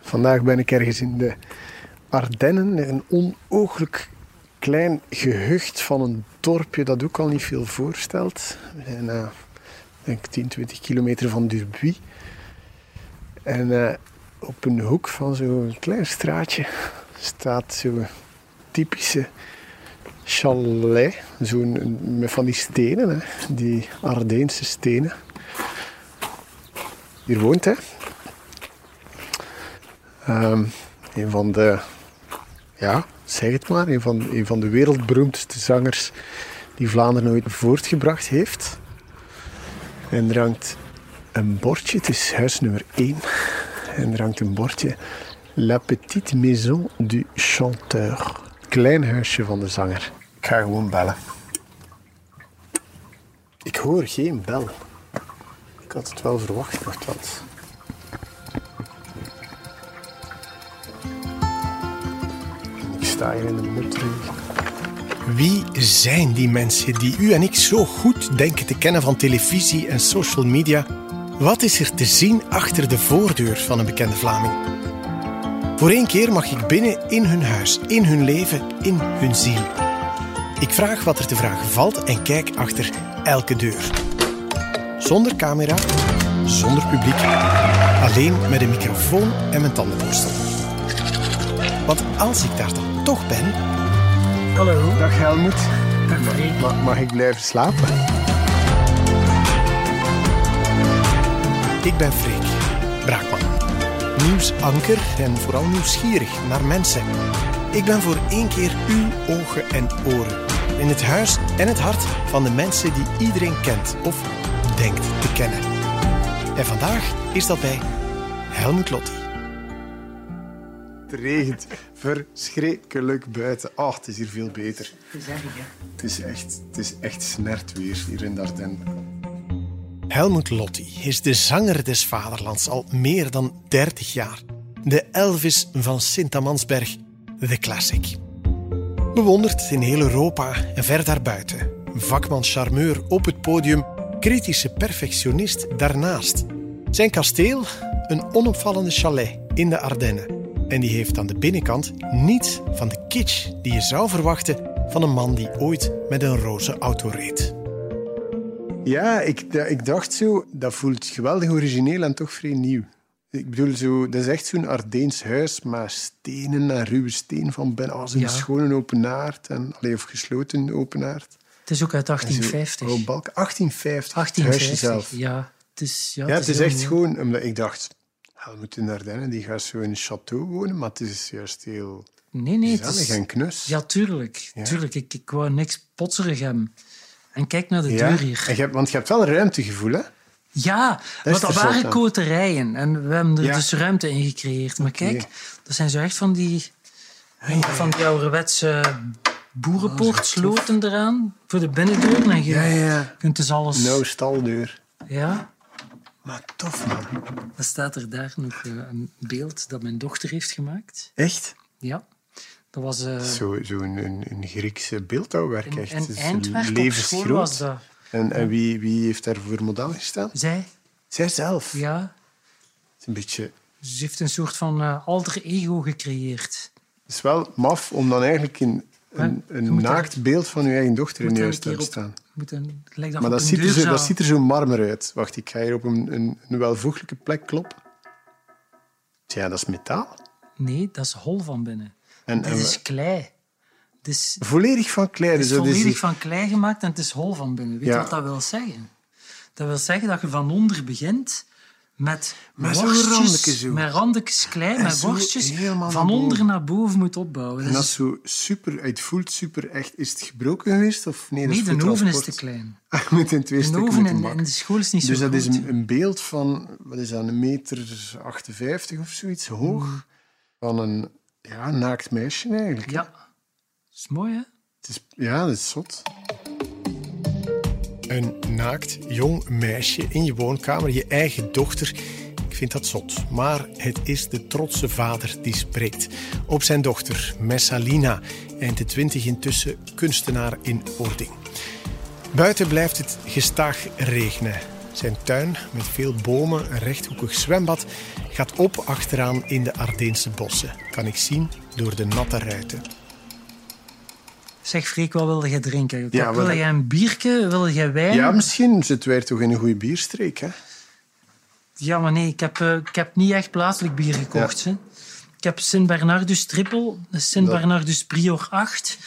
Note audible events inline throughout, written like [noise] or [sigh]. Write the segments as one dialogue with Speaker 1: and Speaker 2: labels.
Speaker 1: Vandaag ben ik ergens in de Ardennen, een onooglijk klein gehucht van een dorpje dat ook al niet veel voorstelt. We zijn eh, denk ik 10, 20 kilometer van Durbuy. En eh, op een hoek van zo'n klein straatje staat zo'n typische chalet. Zo'n, met van die stenen, hè, die Ardeense stenen. Hier woont hij. Ehm, een van de, ja, zeg het maar, een van, een van de wereldberoemdste zangers die Vlaanderen ooit voortgebracht heeft. En er hangt een bordje, het is huis nummer 1. En er hangt een bordje La Petite Maison du Chanteur. Klein huisje van de zanger. Ik ga gewoon bellen. Ik hoor geen bel. Ik had het wel verwacht, maar wat. Ik sta hier in de motregen. Wie zijn die mensen die u en ik zo goed denken te kennen van televisie en social media? Wat is er te zien achter de voordeur van een bekende Vlaming? Voor één keer mag ik binnen in hun huis, in hun leven, in hun ziel. Ik vraag wat er te vragen valt en kijk achter elke deur. Zonder camera, zonder publiek, alleen met een microfoon en mijn tandenborstel. Want als ik daar dan toch ben,
Speaker 2: Hallo.
Speaker 1: Dag Helmoet.
Speaker 2: Marie.
Speaker 1: Ma- mag ik blijven slapen? Ik ben Freek Braakman. Nieuwsanker en vooral nieuwsgierig naar mensen. Ik ben voor één keer uw ogen en oren. In het huis en het hart van de mensen die iedereen kent of denkt te kennen. En vandaag is dat bij Helmut Lotti. Het regent verschrikkelijk buiten. Oh, het is hier veel beter. Het is echt, het is echt snert weer hier in Dardenne. Helmut Lotti is de zanger des vaderlands al meer dan 30 jaar. De Elvis van Sint-Amansberg, de classic. Bewonderd in heel Europa en ver daarbuiten. Vakman-charmeur op het podium, kritische perfectionist daarnaast. Zijn kasteel, een onopvallende chalet in de Ardennen. En die heeft aan de binnenkant niets van de kitsch die je zou verwachten van een man die ooit met een roze auto reed. Ja, ik, da- ik dacht zo, dat voelt geweldig origineel en toch vrij nieuw. Ik bedoel, zo, dat is echt zo'n Ardeens huis, maar stenen en ruwe steen van binnen. Oh, zo'n
Speaker 2: Ja.
Speaker 1: schone openaard, en, allee, of gesloten openaard.
Speaker 2: Het is ook uit
Speaker 1: En zo,
Speaker 2: 1850.
Speaker 1: oude balken. 1850, het huisje
Speaker 2: 1850.
Speaker 1: zelf.
Speaker 2: Ja, het is, ja,
Speaker 1: Ja, het is
Speaker 2: heel
Speaker 1: echt
Speaker 2: mooi.
Speaker 1: gewoon... Omdat ik dacht, Helmut in Ardennen, die gaat zo in een château wonen, maar het is juist heel
Speaker 2: Nee, nee. Het
Speaker 1: gezellig
Speaker 2: is,
Speaker 1: en knus.
Speaker 2: ja, tuurlijk. tuurlijk. Ik, ik wou niks potserig hebben. En kijk naar de
Speaker 1: Ja.
Speaker 2: deur
Speaker 1: En
Speaker 2: hier.
Speaker 1: je hebt, want je hebt wel een ruimtegevoel, hè?
Speaker 2: Ja,
Speaker 1: is
Speaker 2: want dat
Speaker 1: er zot
Speaker 2: waren
Speaker 1: aan.
Speaker 2: koterijen. En we hebben er
Speaker 1: Ja.
Speaker 2: dus ruimte in gecreëerd. Maar
Speaker 1: Oké.
Speaker 2: kijk, dat zijn zo echt van die, van die ouderwetse boerenpoortsloten eraan. Voor de binnendeur. En je
Speaker 1: Oh, ja.
Speaker 2: kunt dus alles...
Speaker 1: No Nou, staldeur.
Speaker 2: Ja.
Speaker 1: Maar tof, man.
Speaker 2: Dan staat er daar nog eh, een beeld dat mijn dochter heeft gemaakt.
Speaker 1: Echt?
Speaker 2: Ja. Dat was eh,
Speaker 1: Zo'n zo een, een- een Griekse beeldhouwwerk,
Speaker 2: in,
Speaker 1: echt. Het
Speaker 2: in
Speaker 1: is
Speaker 2: Eindwerk op school
Speaker 1: levensgroot.
Speaker 2: was dat.
Speaker 1: En, en wie, wie heeft daar voor model gestaan?
Speaker 2: Zij,
Speaker 1: Zijzelf.
Speaker 2: ja.
Speaker 1: Het is een beetje...
Speaker 2: Ze heeft een soort van eh, alter ego gecreëerd.
Speaker 1: Het is wel maf om dan eigenlijk een, een,
Speaker 2: Ja, je
Speaker 1: een
Speaker 2: moet daar-
Speaker 1: naakt beeld van je eigen dochter in
Speaker 2: moet
Speaker 1: je
Speaker 2: daar
Speaker 1: huis
Speaker 2: een
Speaker 1: te
Speaker 2: keer
Speaker 1: hebben
Speaker 2: op-
Speaker 1: staan.
Speaker 2: Moet een, lijkt dat
Speaker 1: Maar
Speaker 2: op
Speaker 1: dat
Speaker 2: een
Speaker 1: ziet, er zo,
Speaker 2: deurzaal.
Speaker 1: dat ziet er zo marmer uit. Wacht, ik ga hier op een, een, een welvoeglijke plek kloppen. Tja, dat is metaal.
Speaker 2: Nee, dat is hol van binnen.
Speaker 1: En, en
Speaker 2: Dit is klei. Het is,
Speaker 1: volledig van klei.
Speaker 2: het
Speaker 1: Dus
Speaker 2: is
Speaker 1: dat is
Speaker 2: volledig
Speaker 1: die-
Speaker 2: van klei gemaakt en het is hol van binnen. Weet je
Speaker 1: Ja.
Speaker 2: wat dat wil zeggen? Dat wil zeggen dat je van onder begint met
Speaker 1: Met zo'n randeke
Speaker 2: worstjes,
Speaker 1: zo.
Speaker 2: met randjes klei,
Speaker 1: En
Speaker 2: met
Speaker 1: zo
Speaker 2: worstjes,
Speaker 1: helemaal
Speaker 2: van
Speaker 1: naar
Speaker 2: onder
Speaker 1: boven.
Speaker 2: naar boven moet opbouwen.
Speaker 1: en
Speaker 2: Dat
Speaker 1: dat
Speaker 2: is-
Speaker 1: is zo super... Het voelt super echt. Is het gebroken geweest? Of nee, dat
Speaker 2: nee,
Speaker 1: is voor
Speaker 2: de oven is
Speaker 1: transport.
Speaker 2: te klein.
Speaker 1: [laughs] Ah, je moet in twee
Speaker 2: De
Speaker 1: stukken
Speaker 2: oven
Speaker 1: moeten
Speaker 2: in,
Speaker 1: bakken.
Speaker 2: in de school is niet
Speaker 1: Dus
Speaker 2: zo
Speaker 1: dat is
Speaker 2: groot.
Speaker 1: een, een beeld van, wat is dat, een meter 58 of zoiets hoog.
Speaker 2: Mm.
Speaker 1: Van een ja, naakt meisje eigenlijk.
Speaker 2: Ja. Dat is mooi, hè?
Speaker 1: Het is, ja, dat is zot. Een naakt jong meisje in je woonkamer, je eigen dochter. Ik vind dat zot. Maar het is de trotse vader die spreekt. Op zijn dochter, Messalina, eind de twintig intussen kunstenaar in Ording. Buiten blijft het gestaag regenen. Zijn tuin met veel bomen, een rechthoekig zwembad gaat op achteraan in de Ardeense bossen. Kan ik zien door de natte ruiten.
Speaker 2: Zeg Freek, wat wilde jij drinken?
Speaker 1: Ja,
Speaker 2: wil
Speaker 1: wat-
Speaker 2: jij een bierke? Wil jij wijn?
Speaker 1: Ja, misschien zitten wij toch in een goede bierstreek, hè?
Speaker 2: Ja, maar nee, ik heb, eh, ik heb niet echt plaatselijk bier gekocht. Hè. Ik heb Sint Bernardus Triple, Sint
Speaker 1: Dat-
Speaker 2: Bernardus Prior 8.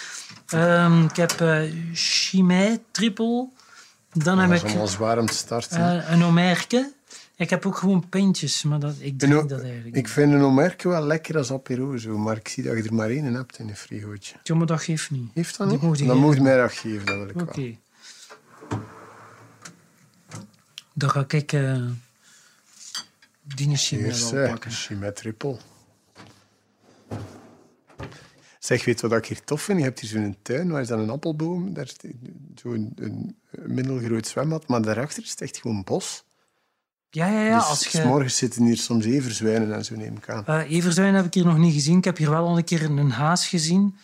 Speaker 2: Ehm, ik heb eh Chimay Triple. Dan
Speaker 1: Dat
Speaker 2: heb
Speaker 1: is
Speaker 2: ik
Speaker 1: allemaal als warm te starten.
Speaker 2: eh, een Omerke. Ik heb ook gewoon pintjes, maar dat, ik
Speaker 1: En
Speaker 2: drink
Speaker 1: o-
Speaker 2: dat eigenlijk
Speaker 1: ik
Speaker 2: niet.
Speaker 1: vind een omerke wel lekker als apero, zo, maar ik zie dat je er maar één hebt in een frigootje.
Speaker 2: Ja, maar dat geeft niet.
Speaker 1: Heeft dat
Speaker 2: Die
Speaker 1: niet?
Speaker 2: moet je
Speaker 1: dan
Speaker 2: geven.
Speaker 1: moet je mij dat geven, dat wil ik
Speaker 2: Oké.
Speaker 1: wel.
Speaker 2: Dan ga ik eh die Chimay
Speaker 1: Eerst,
Speaker 2: wel pakken.
Speaker 1: Chimet Triple. Zeg, weet wat ik hier tof vind? Je hebt hier zo'n tuin, waar is dan een appelboom? Daar is zo'n een, een middelgroot zwembad, maar daarachter is het echt gewoon bos.
Speaker 2: Ja, ja, ja.
Speaker 1: dus
Speaker 2: Als je,
Speaker 1: s'morgens zitten hier soms everzwijnen en zo, neem ik aan.
Speaker 2: Eh, everzwijn heb ik hier nog niet gezien. Ik heb hier wel al een keer een haas gezien.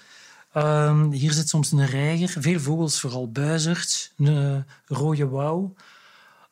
Speaker 2: Ehm, hier zit soms een reiger. Veel vogels, vooral buizerds. Een eh, rode wauw.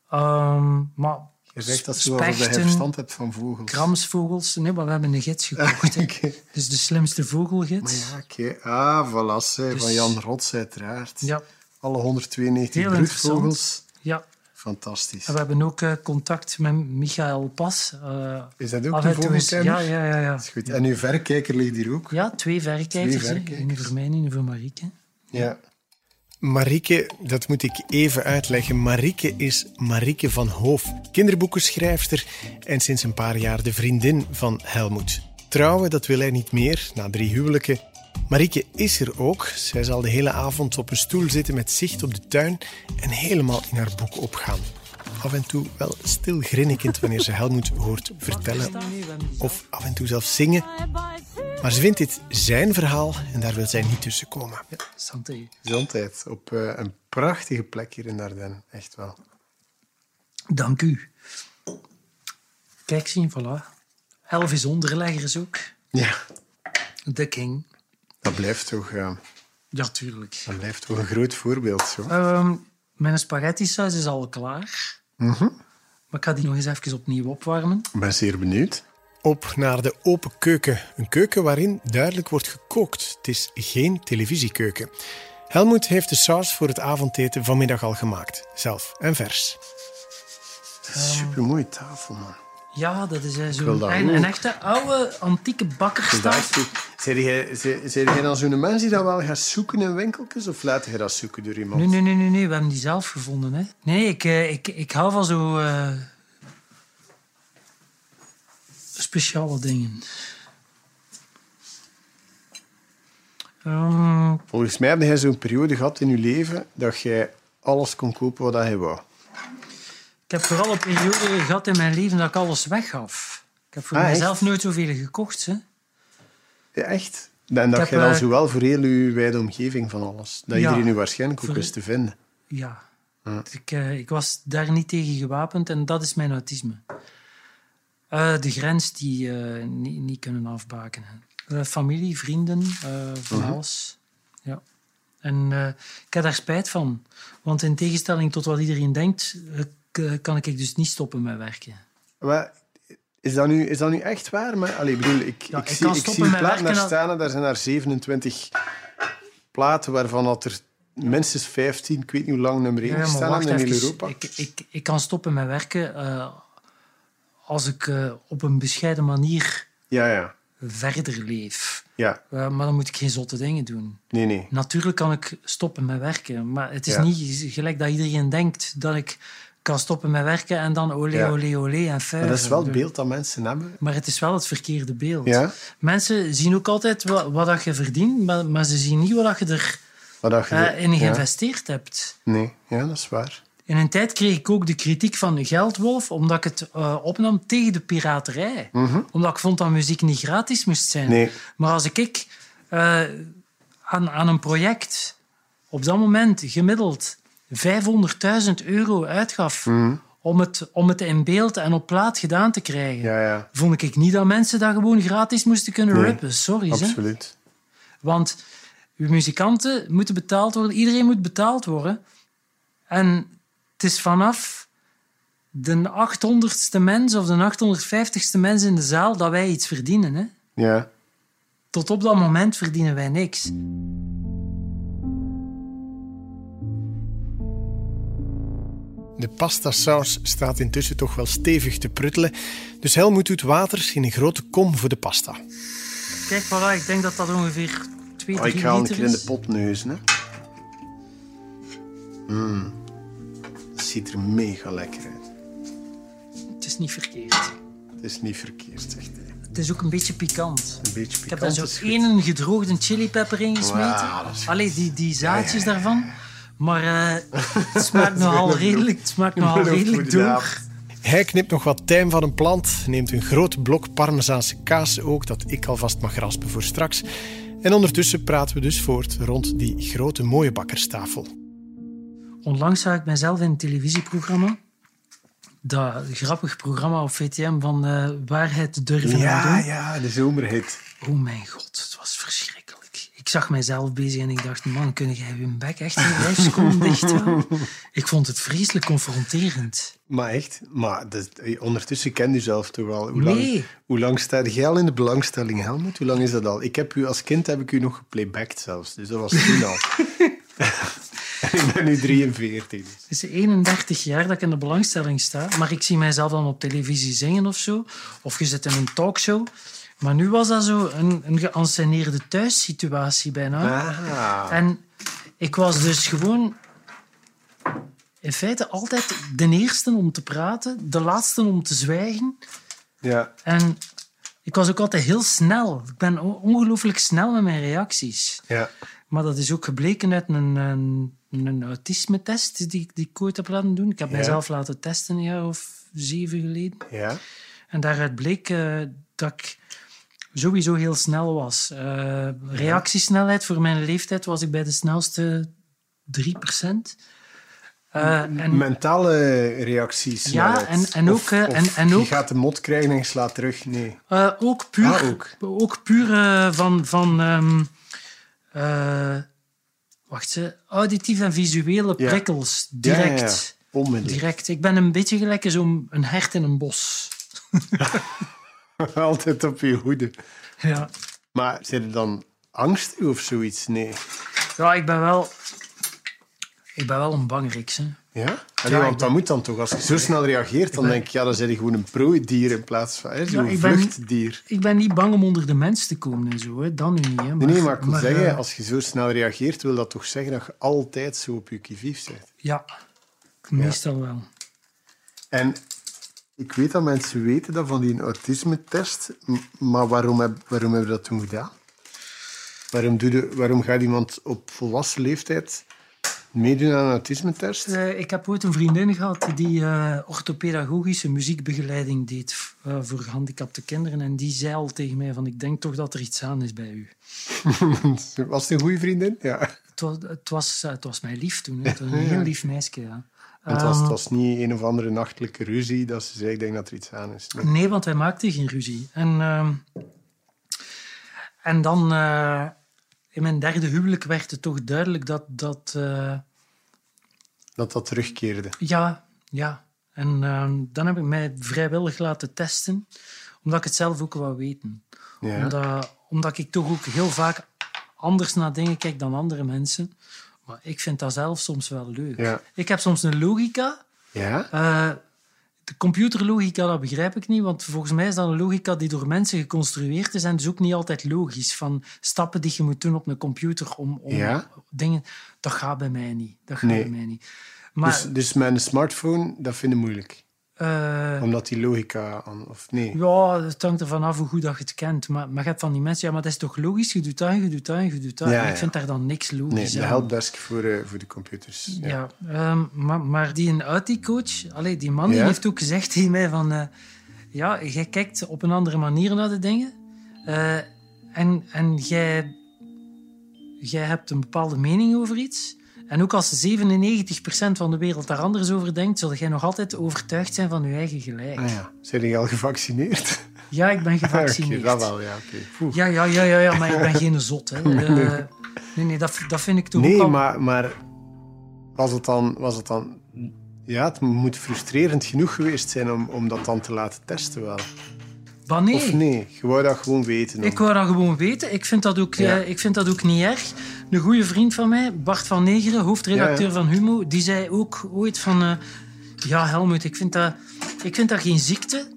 Speaker 2: Ehm, maar
Speaker 1: Je zegt dat je wel dat je
Speaker 2: spechten,
Speaker 1: verstand hebt van vogels.
Speaker 2: kramsvogels... Nee, maar we hebben een
Speaker 1: [laughs]
Speaker 2: gids gekocht. hè.
Speaker 1: Oké.
Speaker 2: Dus de slimste
Speaker 1: Maar
Speaker 2: vogelgids.
Speaker 1: ja, oké. Ah, voilà, zei,
Speaker 2: Dus-
Speaker 1: van Jan Rots uiteraard.
Speaker 2: Ja,
Speaker 1: Alle 192
Speaker 2: Heel
Speaker 1: broedvogels.
Speaker 2: ja.
Speaker 1: Fantastisch.
Speaker 2: En we hebben ook eh, contact met Michael Pas. eh,
Speaker 1: Is dat ook
Speaker 2: af
Speaker 1: een
Speaker 2: en toe eens-
Speaker 1: vogelkenner?
Speaker 2: Ja, ja, ja. ja.
Speaker 1: Dat is goed. En uw verkijker ligt hier ook.
Speaker 2: Ja, twee verrekijkers.
Speaker 1: Twee
Speaker 2: hè.
Speaker 1: verrekijkers.
Speaker 2: Eén voor mij en één voor Marieke.
Speaker 1: Ja. Marieke, dat moet ik even uitleggen. Marieke is Marieke van Hoof, kinderboekenschrijfster en sinds een paar jaar de vriendin van Helmoet. Trouwen, dat wil hij niet meer, na drie huwelijken. Marieke is er ook. Zij zal de hele avond op een stoel zitten met zicht op de tuin en helemaal in haar boek opgaan. Af en toe wel stil grinnikend wanneer ze Helmoet hoort vertellen of af en toe zelfs zingen. Maar ze vindt dit zijn verhaal en daar wil zij niet tussen komen.
Speaker 2: Santé.
Speaker 1: Gezondheid op eh, een prachtige plek hier in Ardennen. Echt wel.
Speaker 2: Dank u. Kijk, zien, voilà. Elvis onderleggers ook.
Speaker 1: Ja.
Speaker 2: De King.
Speaker 1: Dat blijft toch, eh,
Speaker 2: Ja, tuurlijk.
Speaker 1: dat blijft toch een groot voorbeeld. Zo.
Speaker 2: Ehm, mijn spaghetti saus is al klaar.
Speaker 1: Mhm.
Speaker 2: Maar ik ga die nog eens even opnieuw opwarmen.
Speaker 1: Ik ben zeer benieuwd. Op naar de open keuken. Een keuken waarin duidelijk wordt gekookt. Het is geen televisiekeuken. Helmoet heeft de saus voor het avondeten vanmiddag al gemaakt. Zelf en vers. Super mooie tafel, man.
Speaker 2: Ja, dat is eh,
Speaker 1: wil
Speaker 2: zo'n
Speaker 1: dat
Speaker 2: een, een
Speaker 1: ook.
Speaker 2: echte oude antieke bakkerstaaf.
Speaker 1: Zijn jij dan zo'n mens die dat wel gaat zoeken in winkeltjes? Of laat je dat zoeken door iemand?
Speaker 2: Nee, nee, nee, nee, nee, we hebben die zelf gevonden. Hè. Nee, ik, eh, ik, ik hou van zo... eh, speciale dingen. Ehm,
Speaker 1: Volgens mij heb jij zo'n periode gehad in je leven dat jij alles kon kopen wat je wou.
Speaker 2: Ik heb vooral een periode gehad in mijn leven dat ik alles weggaf. Ik heb voor
Speaker 1: Ah, echt?
Speaker 2: mezelf nooit zoveel gekocht. Hè.
Speaker 1: Ja, echt? En dat
Speaker 2: heb,
Speaker 1: jij dan
Speaker 2: eh,
Speaker 1: zowel voor heel je wijde omgeving van alles. Dat
Speaker 2: Ja,
Speaker 1: iedereen nu waarschijnlijk ook
Speaker 2: voor-
Speaker 1: is te vinden.
Speaker 2: Ja.
Speaker 1: Ja.
Speaker 2: Ik, eh, ik was daar niet tegen gewapend en dat is mijn autisme. Eh, de grens die eh, niet, niet kunnen afbaken. hè. Eh, familie, vrienden, eh, van
Speaker 1: Mhm.
Speaker 2: alles. Ja. En eh, ik heb daar spijt van. Want in tegenstelling tot wat iedereen denkt, eh, k- eh, kan ik dus niet stoppen met werken.
Speaker 1: Maar is dat nu, is dat nu echt waar? Maar, allee, ik bedoel, ik,
Speaker 2: Ja,
Speaker 1: ik,
Speaker 2: ik
Speaker 1: zie,
Speaker 2: kan
Speaker 1: ik
Speaker 2: stoppen
Speaker 1: zie je
Speaker 2: met
Speaker 1: plaat
Speaker 2: werken
Speaker 1: naar
Speaker 2: al-
Speaker 1: staan en daar zijn er 27 platen waarvan dat er minstens 15, ik weet niet hoe lang, nummer 1
Speaker 2: Ja, maar
Speaker 1: staan
Speaker 2: wacht
Speaker 1: in heel
Speaker 2: even.
Speaker 1: Europa.
Speaker 2: Ik, ik, ik kan stoppen met werken eh, als ik eh, op een bescheiden manier
Speaker 1: Ja, ja.
Speaker 2: verder leef.
Speaker 1: Ja,
Speaker 2: Eh, maar dan moet ik geen zotte dingen doen.
Speaker 1: nee, nee.
Speaker 2: Natuurlijk kan ik stoppen met werken, maar het is
Speaker 1: Ja.
Speaker 2: niet gelijk dat iedereen denkt dat ik kan stoppen met werken en dan olé,
Speaker 1: Ja.
Speaker 2: olé, olé en verder.
Speaker 1: Maar dat is wel het beeld dat mensen hebben.
Speaker 2: Maar het is wel het verkeerde beeld.
Speaker 1: Ja,
Speaker 2: Mensen zien ook altijd wa- wat, dat je verdient, maar, maar ze zien niet wat dat je erin
Speaker 1: wat dat je...
Speaker 2: Eh, in
Speaker 1: ja.
Speaker 2: geïnvesteerd hebt.
Speaker 1: Nee, ja, dat is waar.
Speaker 2: In een tijd kreeg ik ook de kritiek van de Geldwolf, omdat ik het eh, opnam tegen de piraterij.
Speaker 1: Mhm.
Speaker 2: Omdat ik vond dat muziek niet gratis moest zijn.
Speaker 1: Nee.
Speaker 2: Maar als ik, ik eh, aan, aan een project op dat moment gemiddeld 500.000 euro uitgaf
Speaker 1: Mhm.
Speaker 2: om, het, om het in beeld en op plaat gedaan te krijgen,
Speaker 1: Ja, ja,
Speaker 2: vond ik niet dat mensen dat gewoon gratis moesten kunnen
Speaker 1: Nee,
Speaker 2: rappen. Sorry, hè.
Speaker 1: absoluut.
Speaker 2: Want uw muzikanten moeten betaald worden, iedereen moet betaald worden. En het is vanaf de 800ste mens of de 850ste mens in de zaal dat wij iets verdienen. Hè?
Speaker 1: Ja.
Speaker 2: Tot op dat moment verdienen wij niks.
Speaker 3: De pastasaus staat intussen toch wel stevig te pruttelen, dus Helmoet doet water in een grote kom voor de pasta.
Speaker 2: Kijk, voilà, ik denk dat dat ongeveer 2,
Speaker 1: Oh,
Speaker 2: 3
Speaker 1: ik ga een
Speaker 2: liter
Speaker 1: keer in de
Speaker 2: is.
Speaker 1: pot neuzen. Hè. Mm. Dat ziet er mega lekker uit.
Speaker 2: Het is niet verkeerd.
Speaker 1: Het is niet verkeerd, zegt hij.
Speaker 2: Het is ook een beetje pikant.
Speaker 1: Een beetje pikant.
Speaker 2: Ik heb daar
Speaker 1: is
Speaker 2: zo
Speaker 1: goed.
Speaker 2: één gedroogde chilipeper in gesmeten.
Speaker 1: Wauw, dat is goed.
Speaker 2: Allee, die, die zaadjes daarvan. Maar
Speaker 1: [laughs]
Speaker 2: eh, het smaakt nogal redelijk, het smaakt nogal
Speaker 1: beloofd
Speaker 2: redelijk
Speaker 1: voor die
Speaker 2: door.
Speaker 1: avond.
Speaker 3: Hij knipt nog wat tijm van een plant, neemt een groot blok Parmezaanse kaas ook, dat ik alvast mag raspen voor straks. En ondertussen praten we dus voort rond die grote mooie bakkerstafel.
Speaker 2: Onlangs zag ik mezelf in een televisieprogramma. Dat grappig programma op VTM van eh, waarheid durven aan
Speaker 1: Ja,
Speaker 2: doen.
Speaker 1: ja, de zomerhit.
Speaker 2: Oh mijn god, het was verschrikkelijk. Ik zag mijzelf bezig en ik dacht, man, kun jij hun bek echt in vijf seconden dicht houden? Ik vond het vreselijk confronterend.
Speaker 1: Maar echt, maar dat, eh, ondertussen kent u zelf toch al. Hoe
Speaker 2: Nee.
Speaker 1: lang, hoe lang staat jij al in de belangstelling, Helmut? Hoe lang is dat al? Ik heb u, als kind heb ik u nog geplaybacked zelfs, dus dat was toen
Speaker 2: [laughs]
Speaker 1: al. [laughs] en ik ben nu 43. dus.
Speaker 2: Het is 31 jaar dat ik in de belangstelling sta, maar ik zie mijzelf dan op televisie zingen of zo. Of je zit in een talkshow. Maar nu was dat zo een, een geanceneerde thuissituatie bijna.
Speaker 1: Ah.
Speaker 2: En ik was dus gewoon in feite altijd de eerste om te praten, de laatste om te zwijgen.
Speaker 1: Ja.
Speaker 2: En ik was ook altijd heel snel. Ik ben o- ongelooflijk snel met mijn reacties.
Speaker 1: Ja.
Speaker 2: Maar dat is ook gebleken uit een, een, een autisme-test die, ik- die ik ooit heb laten doen. Ik heb
Speaker 1: Ja.
Speaker 2: mezelf laten testen een jaar of zeven geleden.
Speaker 1: Ja.
Speaker 2: En daaruit bleek eh, dat ik sowieso heel snel was. Eh, reactiesnelheid voor mijn leeftijd was ik bij de snelste 3%. Eh, en
Speaker 1: Mentale reacties.
Speaker 2: Ja,
Speaker 1: maar het-
Speaker 2: en- en
Speaker 1: of-
Speaker 2: ook, eh,
Speaker 1: of
Speaker 2: en- en ook-
Speaker 1: Je gaat de mot krijgen en je slaat terug. Nee.
Speaker 2: Eh, ook puur,
Speaker 1: Ah,
Speaker 2: ook.
Speaker 1: ook.
Speaker 2: puur eh, van, van ehm, eh, wacht, eh, auditief en visuele
Speaker 1: Ja.
Speaker 2: prikkels. Direct.
Speaker 1: Ja, ja, ja. Onmiddellijk.
Speaker 2: Direct. Ik ben een beetje gelijk zo'n een hert in een bos.
Speaker 1: [laughs] Altijd op je hoede.
Speaker 2: Ja.
Speaker 1: Maar zit er dan angst of zoiets? Nee.
Speaker 2: ja, ik ben wel... Ik ben wel een bangrix, hè.
Speaker 1: Ja?
Speaker 2: Ja,
Speaker 1: Allee,
Speaker 2: ik
Speaker 1: want dat moet dan toch. Als je zo snel reageert, dan
Speaker 2: ben-
Speaker 1: denk ik, ja, dan zit je gewoon een prooidier in plaats van hè, zo'n
Speaker 2: ik ben-
Speaker 1: vluchtdier.
Speaker 2: Ik ben niet bang om onder de mens te komen en zo, hè. Dan nu niet, hè.
Speaker 1: Nee, nee, maar ik wil zeggen,
Speaker 2: eh,
Speaker 1: als je zo snel reageert, wil dat toch zeggen dat je altijd zo op je kivief bent.
Speaker 2: ja, meestal wel.
Speaker 1: En ik weet dat mensen weten dat van die autisme-test, m- maar waarom, heb, waarom hebben we dat toen gedaan? Waarom, doe je- waarom gaat iemand op volwassen leeftijd meedoen aan een autisme-test?
Speaker 2: Eh, ik heb ooit een vriendin gehad die eh, orthopedagogische muziekbegeleiding deed f- eh, voor gehandicapte kinderen. En die zei al tegen mij van, ik denk toch dat er iets aan is bij u.
Speaker 1: Was het een goede vriendin? Ja.
Speaker 2: Het was, het was, eh, het was mij lief toen. hè. Het was een heel lief meisje, ja.
Speaker 1: Want het was, het
Speaker 2: Ehm,
Speaker 1: was niet een of andere nachtelijke ruzie dat ze zei, ik denk dat er iets aan is. Nee.
Speaker 2: Nee, want wij maakten geen ruzie. En, ehm, en dan, eh, in mijn derde huwelijk werd het toch duidelijk dat... dat eh,
Speaker 1: Dat dat terugkeerde.
Speaker 2: Ja, ja. En ehm, dan heb ik mij vrijwillig laten testen, omdat ik het zelf ook wou weten.
Speaker 1: Ja.
Speaker 2: Omdat, omdat ik toch ook heel vaak anders naar dingen kijk dan andere mensen. Maar ik vind dat zelf soms wel leuk.
Speaker 1: Ja.
Speaker 2: Ik heb soms een logica.
Speaker 1: Ja?
Speaker 2: eh, de computerlogica, dat begrijp ik niet, want volgens mij is dat een logica die door mensen geconstrueerd is en dus ook niet altijd logisch. Van stappen die je moet doen op een computer om, om
Speaker 1: Ja.
Speaker 2: dingen... Dat gaat bij mij niet. Dat gaat
Speaker 1: Nee.
Speaker 2: bij mij niet. Maar,
Speaker 1: dus, dus mijn smartphone, dat vind ik moeilijk.
Speaker 2: eh,
Speaker 1: Omdat die logica aan... Of nee.
Speaker 2: Ja, het hangt ervan af hoe goed dat je het kent. Maar, maar je hebt van die mensen, ja, maar dat is toch logisch? Je doet dat, je doet dat, je doet dat.
Speaker 1: Ja,
Speaker 2: Ik
Speaker 1: ja.
Speaker 2: vind daar dan niks logisch
Speaker 1: Nee, de
Speaker 2: aan.
Speaker 1: helpdesk voor, eh, voor de computers.
Speaker 2: Ja, ehm, maar, maar die een IT-coach, allee, die man, die
Speaker 1: Ja?
Speaker 2: heeft ook gezegd tegen mij van... eh, ja, jij kijkt op een andere manier naar de dingen. eh, en en jij, jij hebt een bepaalde mening over iets. En ook als 97% van de wereld daar anders over denkt, zul jij nog altijd overtuigd zijn van je eigen gelijk.
Speaker 1: Ah ja. Zijn die al gevaccineerd?
Speaker 2: Ja, ik
Speaker 1: [laughs]
Speaker 2: ben
Speaker 1: Oké,
Speaker 2: gevaccineerd.
Speaker 1: dat wel, ja. oké. Oeh.
Speaker 2: Ja, ja, ja, ja, ja, maar ik ben
Speaker 1: [laughs]
Speaker 2: geen zot. Hè. Eh, nee, nee, dat, dat vind ik toch ook
Speaker 1: Nee,
Speaker 2: al-
Speaker 1: maar, maar was, het dan, was het dan Ja, het moet frustrerend genoeg geweest zijn om, om dat dan te laten testen wel.
Speaker 2: Maar nee,
Speaker 1: Of nee, je wou dat gewoon weten. dan.
Speaker 2: ik wou dat gewoon weten. Ik vind dat ook,
Speaker 1: Ja.
Speaker 2: eh, ik vind dat ook niet erg. Een goede vriend van mij, Bart van Negeren, hoofdredacteur
Speaker 1: Ja,
Speaker 2: van Humo, die zei ook ooit van... eh, ja, Helmut, ik vind dat, ik vind dat geen ziekte.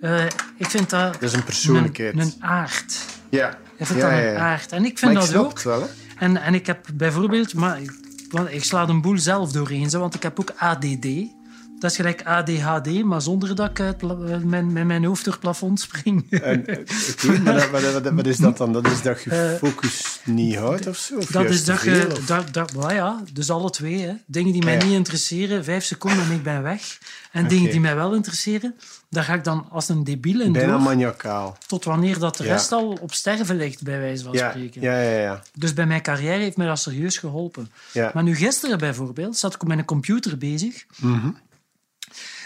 Speaker 2: Eh, ik vind dat...
Speaker 1: Dat is een persoonlijkheid.
Speaker 2: Een, een aard.
Speaker 1: ja.
Speaker 2: Hij vindt
Speaker 1: ja,
Speaker 2: dat
Speaker 1: ja,
Speaker 2: een
Speaker 1: ja.
Speaker 2: aard. En Ah, ik
Speaker 1: Maar
Speaker 2: vind
Speaker 1: ik
Speaker 2: dat
Speaker 1: snap
Speaker 2: ook.
Speaker 1: het wel, hè.
Speaker 2: En, en ik heb bijvoorbeeld, maar ik, want ik sla een boel zelf doorheen, zo, want ik heb ook ADD. Dat is gelijk ADHD, maar zonder dat ik uit pla- eh, mijn, met mijn hoofd door het plafond spring.
Speaker 1: En, eh, oké, maar dat- wat, wat, wat is dat dan? Dat is dat je
Speaker 2: Eh,
Speaker 1: focus niet houdt of zo? Of
Speaker 2: [laughs] Dat
Speaker 1: juist
Speaker 2: is dat
Speaker 1: te veel,
Speaker 2: je.
Speaker 1: of-
Speaker 2: Dat, dat, maar ja, dus alle twee. Hè. Dingen die mij
Speaker 1: Ah, ja.
Speaker 2: niet interesseren, vijf seconden en ik ben weg. En dingen
Speaker 1: Oké.
Speaker 2: die mij wel interesseren, daar ga ik dan als een debiel in
Speaker 1: Bijna
Speaker 2: door.
Speaker 1: maniacaal.
Speaker 2: Tot wanneer dat de
Speaker 1: Ja.
Speaker 2: rest al op sterven ligt, bij wijze van
Speaker 1: Ja,
Speaker 2: spreken.
Speaker 1: ja, ja, ja.
Speaker 2: Dus bij mijn carrière heeft mij dat serieus geholpen.
Speaker 1: ja.
Speaker 2: Maar nu gisteren bijvoorbeeld zat ik op mijn computer bezig
Speaker 1: Mhm.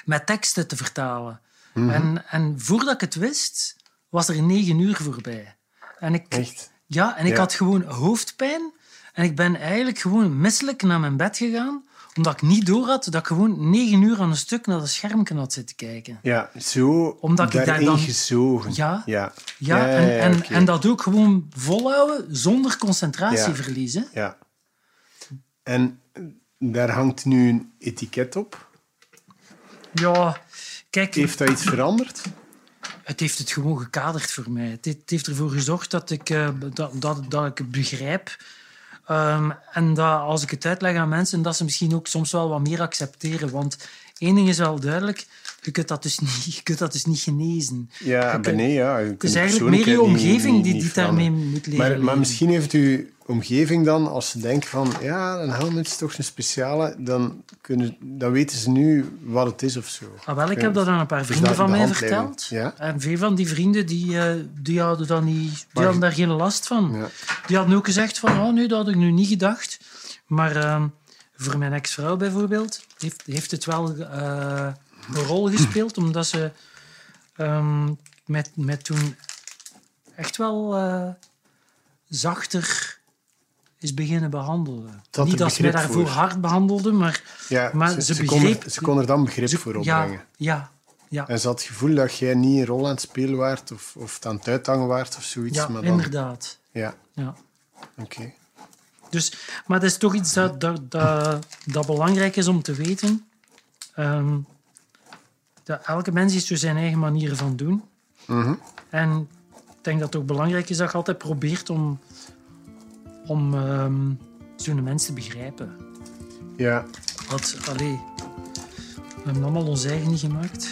Speaker 2: met teksten te vertalen. en, en voordat ik het wist, was er negen uur voorbij. En ik,
Speaker 1: Echt?
Speaker 2: Ja, en ik
Speaker 1: Ja.
Speaker 2: had gewoon hoofdpijn. En ik ben eigenlijk gewoon misselijk naar mijn bed gegaan, omdat ik niet door had dat ik gewoon negen uur aan een stuk naar dat schermpje had zitten kijken.
Speaker 1: Ja, zo
Speaker 2: Omdat ik daar
Speaker 1: daarin
Speaker 2: dan-
Speaker 1: gezogen.
Speaker 2: Ja.
Speaker 1: Ja,
Speaker 2: Ja,
Speaker 1: Ja, ja,
Speaker 2: en,
Speaker 1: ja,
Speaker 2: en,
Speaker 1: oké.
Speaker 2: en dat ook gewoon volhouden zonder concentratieverliezen. verliezen.
Speaker 1: ja. En daar hangt nu een etiket op.
Speaker 2: Ja, kijk,
Speaker 1: Heeft dat iets veranderd?
Speaker 2: het heeft het gewoon gekaderd voor mij. Het, het heeft ervoor gezorgd dat ik, eh, dat, dat, dat ik het begrijp. Ehm, en dat als ik het uitleg aan mensen, dat ze misschien ook soms wel wat meer accepteren. Want één ding is wel duidelijk, je kunt dat dus [laughs] niet, je kunt dat dus niet genezen.
Speaker 1: Ja,
Speaker 2: Oké.
Speaker 1: ben nee, ja. je
Speaker 2: Het is
Speaker 1: kunt
Speaker 2: eigenlijk meer je
Speaker 1: persoonlijkheid niet-
Speaker 2: omgeving
Speaker 1: niet-
Speaker 2: die,
Speaker 1: niet
Speaker 2: die
Speaker 1: veranderen.
Speaker 2: daarmee moet leren
Speaker 1: Maar, maar
Speaker 2: leven.
Speaker 1: misschien heeft uw omgeving dan, als ze denken van ja, een helmet is toch een speciale, dan, kunnen, dan weten ze nu wat het is of zo.
Speaker 2: Ah, wel, ik
Speaker 1: Ja.
Speaker 2: heb dat aan een paar vrienden
Speaker 1: dat
Speaker 2: van
Speaker 1: de
Speaker 2: mij
Speaker 1: handleiding?
Speaker 2: verteld.
Speaker 1: Ja.
Speaker 2: En veel van die vrienden die, eh, die hadden, dan niet, die
Speaker 1: Maar-
Speaker 2: hadden daar geen last van.
Speaker 1: Ja.
Speaker 2: Die hadden ook gezegd van, oh nee, dat had ik nu niet gedacht. Maar ehm, voor mijn ex-vrouw bijvoorbeeld, heeft, heeft het wel eh, een rol gespeeld. Omdat ze ehm, met, met toen echt wel eh, zachter is beginnen behandelen.
Speaker 1: had
Speaker 2: niet
Speaker 1: er
Speaker 2: dat ze mij
Speaker 1: begrip
Speaker 2: daarvoor
Speaker 1: voor.
Speaker 2: hard behandelden, maar...
Speaker 1: Ja,
Speaker 2: Maar
Speaker 1: ze,
Speaker 2: ze
Speaker 1: ze kon er,
Speaker 2: begreep-
Speaker 1: ze kon er dan begrip voor
Speaker 2: ja,
Speaker 1: opbrengen.
Speaker 2: ja, ja.
Speaker 1: En ze had het gevoel dat jij niet een rol aan het spelen waart of, of het aan het uithangen waart of zoiets.
Speaker 2: Ja,
Speaker 1: maar dan,
Speaker 2: inderdaad.
Speaker 1: Ja,
Speaker 2: Ja.
Speaker 1: oké.
Speaker 2: Dus, maar dat is toch iets dat, dat, dat, dat belangrijk is om te weten. Ehm, dat elke mens heeft zo zijn eigen manier van doen.
Speaker 1: Mhm.
Speaker 2: En ik denk dat het ook belangrijk is dat je altijd probeert om, om ehm, zo'n mens te begrijpen.
Speaker 1: Ja, [laughs]
Speaker 2: Want, allee, we hebben allemaal ons eigen niet gemaakt.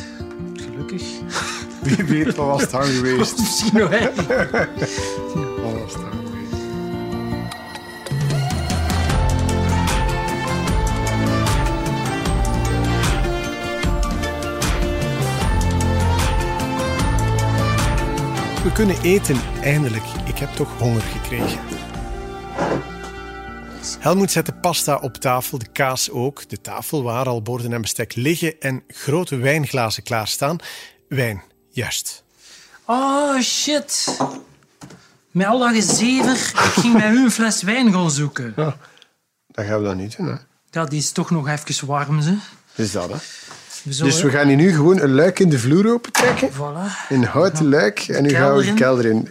Speaker 2: Gelukkig. [laughs]
Speaker 1: wie weet wat was het dan geweest.
Speaker 2: Misschien nog hè.
Speaker 1: Wat was het dan geweest.
Speaker 3: We kunnen eten, eindelijk. Ik heb toch honger gekregen. Helmoet zet de pasta op tafel, de kaas ook. De tafel waar al borden en bestek liggen en grote wijnglazen klaarstaan. Wijn, juist.
Speaker 2: Oh shit. Met al dat gezever, ik ging mij hun fles wijn gaan zoeken.
Speaker 1: Dan gaan we dat niet doen, hè.
Speaker 2: Ja, die is toch nog even warm, ze.
Speaker 1: Dus dat, hè.
Speaker 2: Zo,
Speaker 1: Dus
Speaker 2: hè.
Speaker 1: we gaan hier nu gewoon een luik in de vloer open trekken.
Speaker 2: Voilà.
Speaker 1: Een houten luik. En nu
Speaker 2: Kelder
Speaker 1: gaan we de
Speaker 2: in.
Speaker 1: kelder in.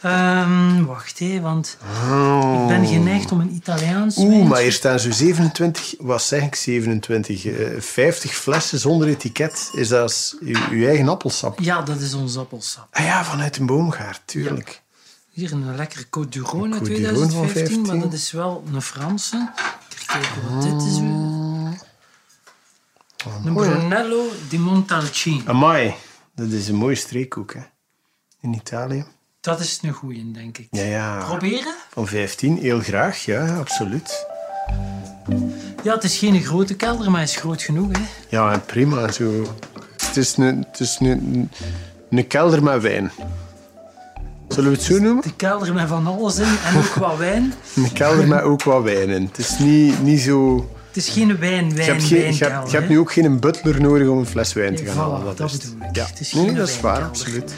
Speaker 2: Ehm, wacht, hé, want ik ben geneigd om een Italiaans
Speaker 1: Oh. Oeh,
Speaker 2: wijn-
Speaker 1: maar hier staan zo 27, wat zeg ik, 27, eh, 50 flessen zonder etiket. Is dat als uw, uw eigen appelsap?
Speaker 2: Ja, dat is ons appelsap.
Speaker 1: Ah ja, vanuit een boomgaard, tuurlijk.
Speaker 2: Hier een lekkere Côte du Rhône uit
Speaker 1: Côte du Rhône van
Speaker 2: 2015, maar
Speaker 1: 15.
Speaker 2: dat is wel een Franse. Kijk kijken wat dit is
Speaker 1: Oh.
Speaker 2: weer. Een Brunello di Montalcino.
Speaker 1: Amai, dat is een mooie streekkoek, hè? In Italië.
Speaker 2: Dat is een goeie, denk ik.
Speaker 1: Ja, ja.
Speaker 2: Proberen?
Speaker 1: Van 15, heel graag, ja, absoluut.
Speaker 2: Ja, het is geen grote kelder, maar hij is groot genoeg, hè.
Speaker 1: Ja, en prima, zo. Het is een, het is een, een kelder met wijn. Zullen we het zo noemen?
Speaker 2: De kelder met van alles in en ook wat wijn.
Speaker 1: Een kelder met ook wat wijn in. Het is niet, niet zo...
Speaker 2: Het is geen wijn,
Speaker 1: Je
Speaker 2: wijn,
Speaker 1: hebt, geen- je hebt-
Speaker 2: wijnkelder.
Speaker 1: je hebt
Speaker 2: hè.
Speaker 1: nu ook geen butler nodig om een fles wijn te
Speaker 2: Ja,
Speaker 1: gaan
Speaker 2: voilà,
Speaker 1: halen.
Speaker 2: dat
Speaker 1: is het.
Speaker 2: bedoel ik.
Speaker 1: Ja.
Speaker 2: Het is
Speaker 1: nee, nee,
Speaker 2: geen
Speaker 1: dat is waar,
Speaker 2: wijnkelder.
Speaker 1: absoluut.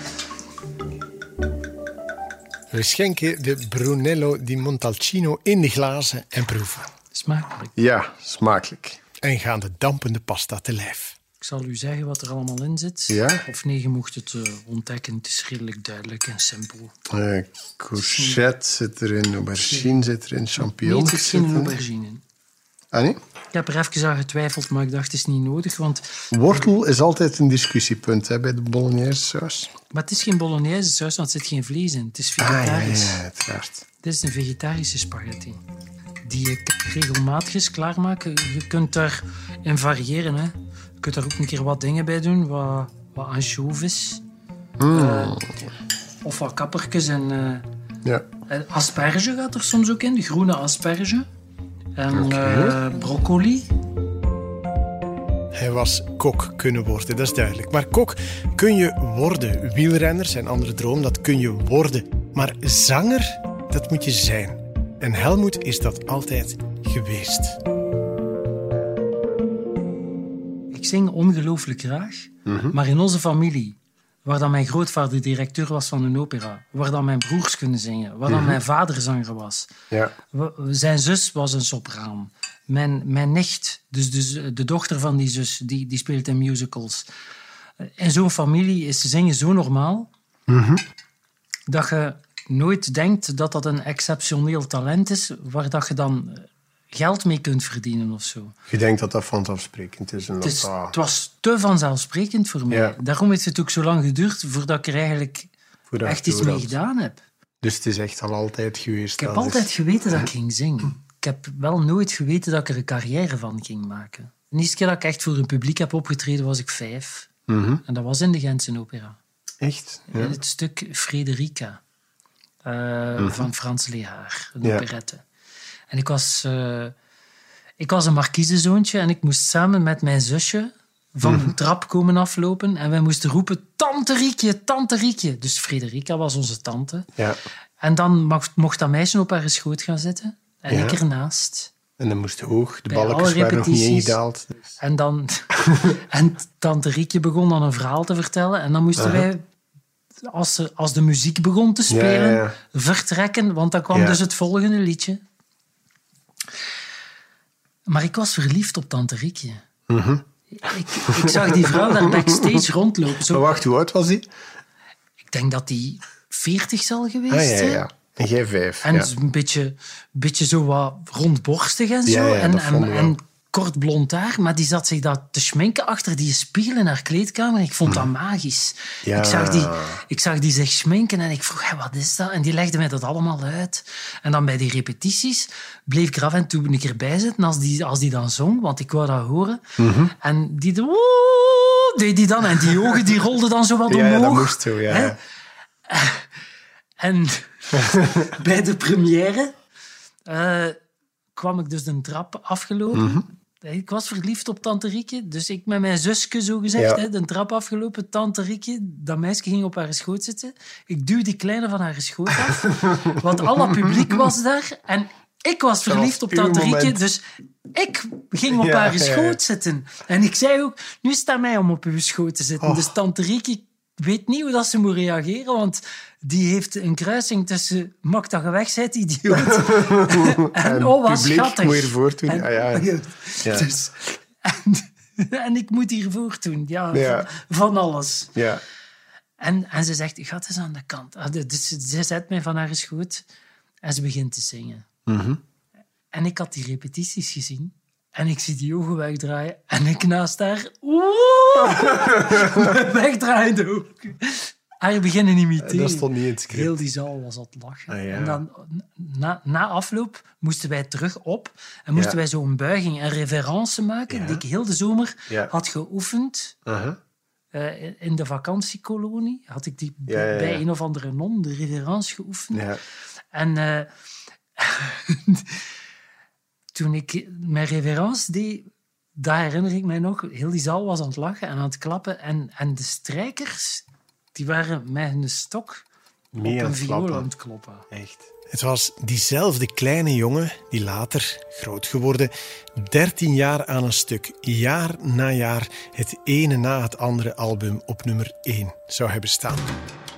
Speaker 3: We schenken de Brunello di Montalcino in de glazen en proeven.
Speaker 2: Smakelijk.
Speaker 1: Ja, smakelijk.
Speaker 3: en gaan de dampende pasta te lijf.
Speaker 2: Ik zal u zeggen wat er allemaal in zit.
Speaker 1: Ja?
Speaker 2: Of nee, je mocht het eh, ontdekken. Het is redelijk duidelijk en simpel.
Speaker 1: Eh, courgette zit erin, aubergine zit erin,
Speaker 2: Nee,
Speaker 1: champignons
Speaker 2: het zit geen
Speaker 1: erin.
Speaker 2: aubergine in.
Speaker 1: Ah, nee?
Speaker 2: Ik heb er even aan getwijfeld, maar ik dacht, het is niet nodig. Want,
Speaker 1: Wortel is altijd een discussiepunt hè, bij de bolognese saus.
Speaker 2: maar het is geen bolognese saus, want er zit geen vlees in. Het is
Speaker 1: Ah ja, ja,
Speaker 2: vegetarisch.
Speaker 1: ja, uiteraard.
Speaker 2: Dit is een vegetarische spaghetti. Die je k- regelmatig eens klaarmaakt. Je kunt daarin variëren. Hè. Je kunt daar ook een keer wat dingen bij doen. Wat, wat anchovies. eh, of wat kappertjes en... eh,
Speaker 1: Ja.
Speaker 2: En asperge gaat er soms ook in, groene asperge. En
Speaker 1: Oké.
Speaker 2: eh, broccoli.
Speaker 3: Hij was kok kunnen worden, dat is duidelijk. Maar kok kun je worden. Wielrenner, zijn andere droom, dat kun je worden. Maar zanger, dat moet je zijn. En Helmoet is dat altijd geweest.
Speaker 2: Ik zing ongelooflijk graag, maar in onze familie, waar dan mijn grootvader directeur was van een opera, waar dan mijn broers kunnen zingen, waar dan mijn vader zanger was,
Speaker 1: Ja.
Speaker 2: w- zijn zus was een sopraan. Mijn, mijn nicht, dus, dus de dochter van die zus, die, die speelt in musicals. Eh, In zo'n familie is zingen zo normaal dat je nooit denkt dat dat een exceptioneel talent is waar dat je dan eh, geld mee kunt verdienen of zo.
Speaker 1: Je denkt dat dat vanzelfsprekend is. En dat
Speaker 2: Het, is,
Speaker 1: dat
Speaker 2: het was te vanzelfsprekend voor mij.
Speaker 1: Ah. Ja.
Speaker 2: Daarom heeft het ook zo lang geduurd voordat ik er eigenlijk
Speaker 1: vooruit
Speaker 2: echt iets
Speaker 1: door
Speaker 2: mee
Speaker 1: had.
Speaker 2: gedaan heb.
Speaker 1: Dus het is echt al altijd geweest.
Speaker 2: Ik heb
Speaker 1: dat is-
Speaker 2: altijd
Speaker 1: [laughs]
Speaker 2: geweten dat ik ging zingen. Ik heb wel nooit geweten dat ik er een carrière van ging maken. De eerste keer dat ik echt voor een publiek heb opgetreden was ik vijf.
Speaker 1: Mhm.
Speaker 2: En dat was in de Gentse Opera.
Speaker 1: Echt? Ja.
Speaker 2: In het stuk Frederica eh, van Frans Lehaar, een
Speaker 1: Mhm. Ja.
Speaker 2: operette. En ik was, eh, ik was een markiezenzoontje en ik moest samen met mijn zusje van
Speaker 1: Mhm.
Speaker 2: een trap komen aflopen. En wij moesten roepen, tante Riekje, tante Riekje. Dus Frederica was onze tante.
Speaker 1: Ja.
Speaker 2: En dan mocht, mocht dat meisje op haar schoot gaan zitten en
Speaker 1: Ja.
Speaker 2: ik ernaast.
Speaker 1: En dan moest hoog. De
Speaker 2: Bij alle
Speaker 1: balkjes waren nog niet
Speaker 2: repetities.
Speaker 1: ingedaald.
Speaker 2: En dan... [laughs] en tante Riekje begon dan een verhaal te vertellen. En dan moesten
Speaker 1: Aha.
Speaker 2: wij, als, ze, als de muziek begon te
Speaker 1: Ja, ja,
Speaker 2: spelen,
Speaker 1: ja.
Speaker 2: vertrekken. Want dan kwam
Speaker 1: Ja.
Speaker 2: dus het volgende liedje. Maar ik was verliefd op tante Riekje.
Speaker 1: Mhm.
Speaker 2: Ik, ik zag die
Speaker 1: [laughs]
Speaker 2: vrouw daar backstage rondlopen.
Speaker 1: Maar
Speaker 2: Zo,
Speaker 1: wacht, hoe oud was die?
Speaker 2: ik denk dat die 40 zal geweest
Speaker 1: Ah ja,
Speaker 2: zijn.
Speaker 1: ja. En jij vijf.
Speaker 2: En
Speaker 1: ja.
Speaker 2: dus een beetje, beetje zo wat rondborstig en zo.
Speaker 1: Ja, ja,
Speaker 2: en,
Speaker 1: dat vond
Speaker 2: en,
Speaker 1: ik wel.
Speaker 2: en kort blond haar. Maar die zat zich dat te schminken achter die spiegel in haar kleedkamer. Ik vond dat magisch.
Speaker 1: Mm. Ja.
Speaker 2: Ik, zag die, ik zag die zich schminken en ik vroeg, "Hé, wat is dat? En die legde mij dat allemaal uit. En dan bij die repetities bleef ik er af en toe een keer bij zitten als die, als die dan zong, want ik wou dat horen.
Speaker 1: Mhm.
Speaker 2: En die... de- woe, deed die dan. En die ogen die rolden dan zo wat
Speaker 1: Ja,
Speaker 2: omhoog.
Speaker 1: ja, dat moest zo, ja.
Speaker 2: Hè? En [laughs] bij de première eh, kwam ik dus de trap afgelopen.
Speaker 1: Mhm.
Speaker 2: Ik was verliefd op Tante Riekje, dus ik met mijn zusje zo gezegd,
Speaker 1: Ja.
Speaker 2: hè, de trap afgelopen. Tante Riekje, dat meisje ging op haar schoot zitten. Ik duw die kleine van haar schoot af, want al dat publiek was daar. En ik was
Speaker 1: was
Speaker 2: verliefd op
Speaker 1: uw
Speaker 2: Tante Riekje,
Speaker 1: moment.
Speaker 2: dus ik ging op
Speaker 1: Ja,
Speaker 2: haar
Speaker 1: ja, ja.
Speaker 2: schoot zitten. En ik zei ook, nu is het aan mij om op uw schoot te zitten.
Speaker 1: Oh.
Speaker 2: Dus Tante Riekje weet niet hoe dat ze moet reageren, want die heeft een kruising tussen mak dat je weg bent, idioot.
Speaker 1: [laughs]
Speaker 2: en, oh, wat
Speaker 1: publiek
Speaker 2: schattig.
Speaker 1: moet je ervoor doen.
Speaker 2: En-
Speaker 1: Ah, ja. ja.
Speaker 2: Dus- en, [laughs] en ik moet hiervoor doen, ja,
Speaker 1: Ja.
Speaker 2: Van, van alles.
Speaker 1: Ja.
Speaker 2: En, en ze zegt, gaat eens aan de kant. Ah, de- Dus ze- ze zet mij van haar schoot en ze begint te zingen.
Speaker 1: Mhm.
Speaker 2: En ik had die repetities gezien. En ik zie die ogen wegdraaien. En ik naast haar... Oeh, [laughs] met wegdraaiende ogen. Haar Ah, beginnen imiteren.
Speaker 1: Dat stond niet in het script.
Speaker 2: Heel die zaal was aan het lachen.
Speaker 1: Ah, ja.
Speaker 2: En dan, na, na afloop moesten wij terug op. En moesten
Speaker 1: Ja.
Speaker 2: wij zo'n buiging en reverence maken...
Speaker 1: Ja.
Speaker 2: die ik heel de zomer
Speaker 1: Ja.
Speaker 2: had geoefend...
Speaker 1: Aha.
Speaker 2: eh, in de vakantiekolonie had ik die
Speaker 1: Ja, ja, ja.
Speaker 2: bij een of andere non, de reverence, geoefend.
Speaker 1: ja.
Speaker 2: En eh, [laughs] toen ik mijn reverence deed, daar herinner ik mij nog, heel die zaal was aan het lachen en aan het klappen. En, en de strijkers, die waren met hun stok
Speaker 1: Mee
Speaker 2: op
Speaker 1: aan
Speaker 2: een
Speaker 1: het
Speaker 2: viool
Speaker 1: klappen.
Speaker 2: aan het kloppen.
Speaker 1: Echt.
Speaker 3: Het was diezelfde kleine jongen die later, groot geworden, 13 jaar aan een stuk, jaar na jaar, het ene na het andere album op nummer 1 zou hebben staan.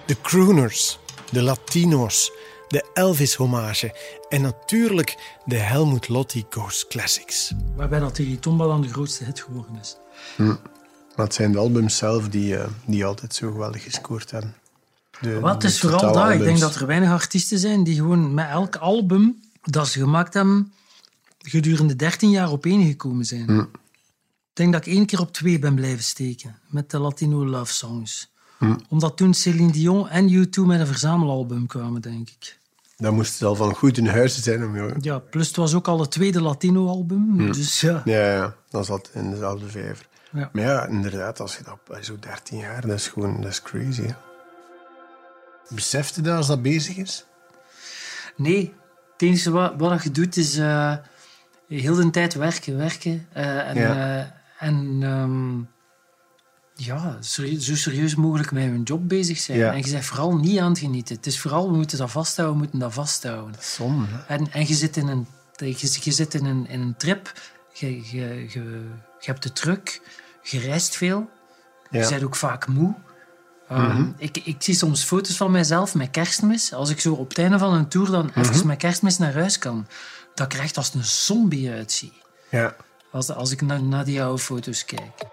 Speaker 3: De crooners, de Latino's, de Elvis-hommage en natuurlijk de Helmut Lotti Ghost Classics.
Speaker 2: Waarbij dat die Tomba dan de grootste hit geworden is.
Speaker 1: Maar het zijn de albums zelf die, eh, die altijd zo geweldig gescoord hebben. De-
Speaker 2: Wat
Speaker 1: de
Speaker 2: is vooral
Speaker 1: totale
Speaker 2: daar? Ik denk
Speaker 1: albums.
Speaker 2: dat er weinig artiesten zijn die gewoon met elk album dat ze gemaakt hebben gedurende 13 jaar op één gekomen zijn. Ik denk dat ik één keer op twee ben blijven steken met de Latino Love Songs. Omdat toen Céline Dion en U2 met een verzamelalbum kwamen, denk ik.
Speaker 1: Dan moest het al van goed in huizen zijn om jou...
Speaker 2: Ja, plus het was ook al het tweede Latino-album. Dus ja.
Speaker 1: Ja, ja, dan zat het in dezelfde vijver.
Speaker 2: Ja.
Speaker 1: Maar ja, inderdaad, als je dat bij zo'n 13 jaar, dat is gewoon dat is crazy. Hè? Beseft je dat als dat bezig is?
Speaker 2: Nee, het enige wat, wat je doet is eh, heel de tijd werken, werken. eh, en
Speaker 1: Ja.
Speaker 2: eh, en ehm, ja, serie- zo serieus mogelijk met je job bezig zijn.
Speaker 1: Ja.
Speaker 2: En je bent vooral niet aan het genieten. Het is vooral, we moeten dat vasthouden, we moeten dat vasthouden.
Speaker 1: Soms. hè.
Speaker 2: En, en je zit in een, je, je zit in een, in een trip, je, je, je, je hebt de druk, je reist veel, je
Speaker 1: Ja. Mhm.
Speaker 2: bent ook vaak moe. Ehm, ik, ik zie soms foto's van mijzelf met kerstmis. Als ik zo op het einde van een tour dan
Speaker 1: Mhm.
Speaker 2: even met kerstmis naar huis kan, dat ik er echt als een zombie uitzie.
Speaker 1: ja.
Speaker 2: Als, als ik naar, naar die oude foto's kijk.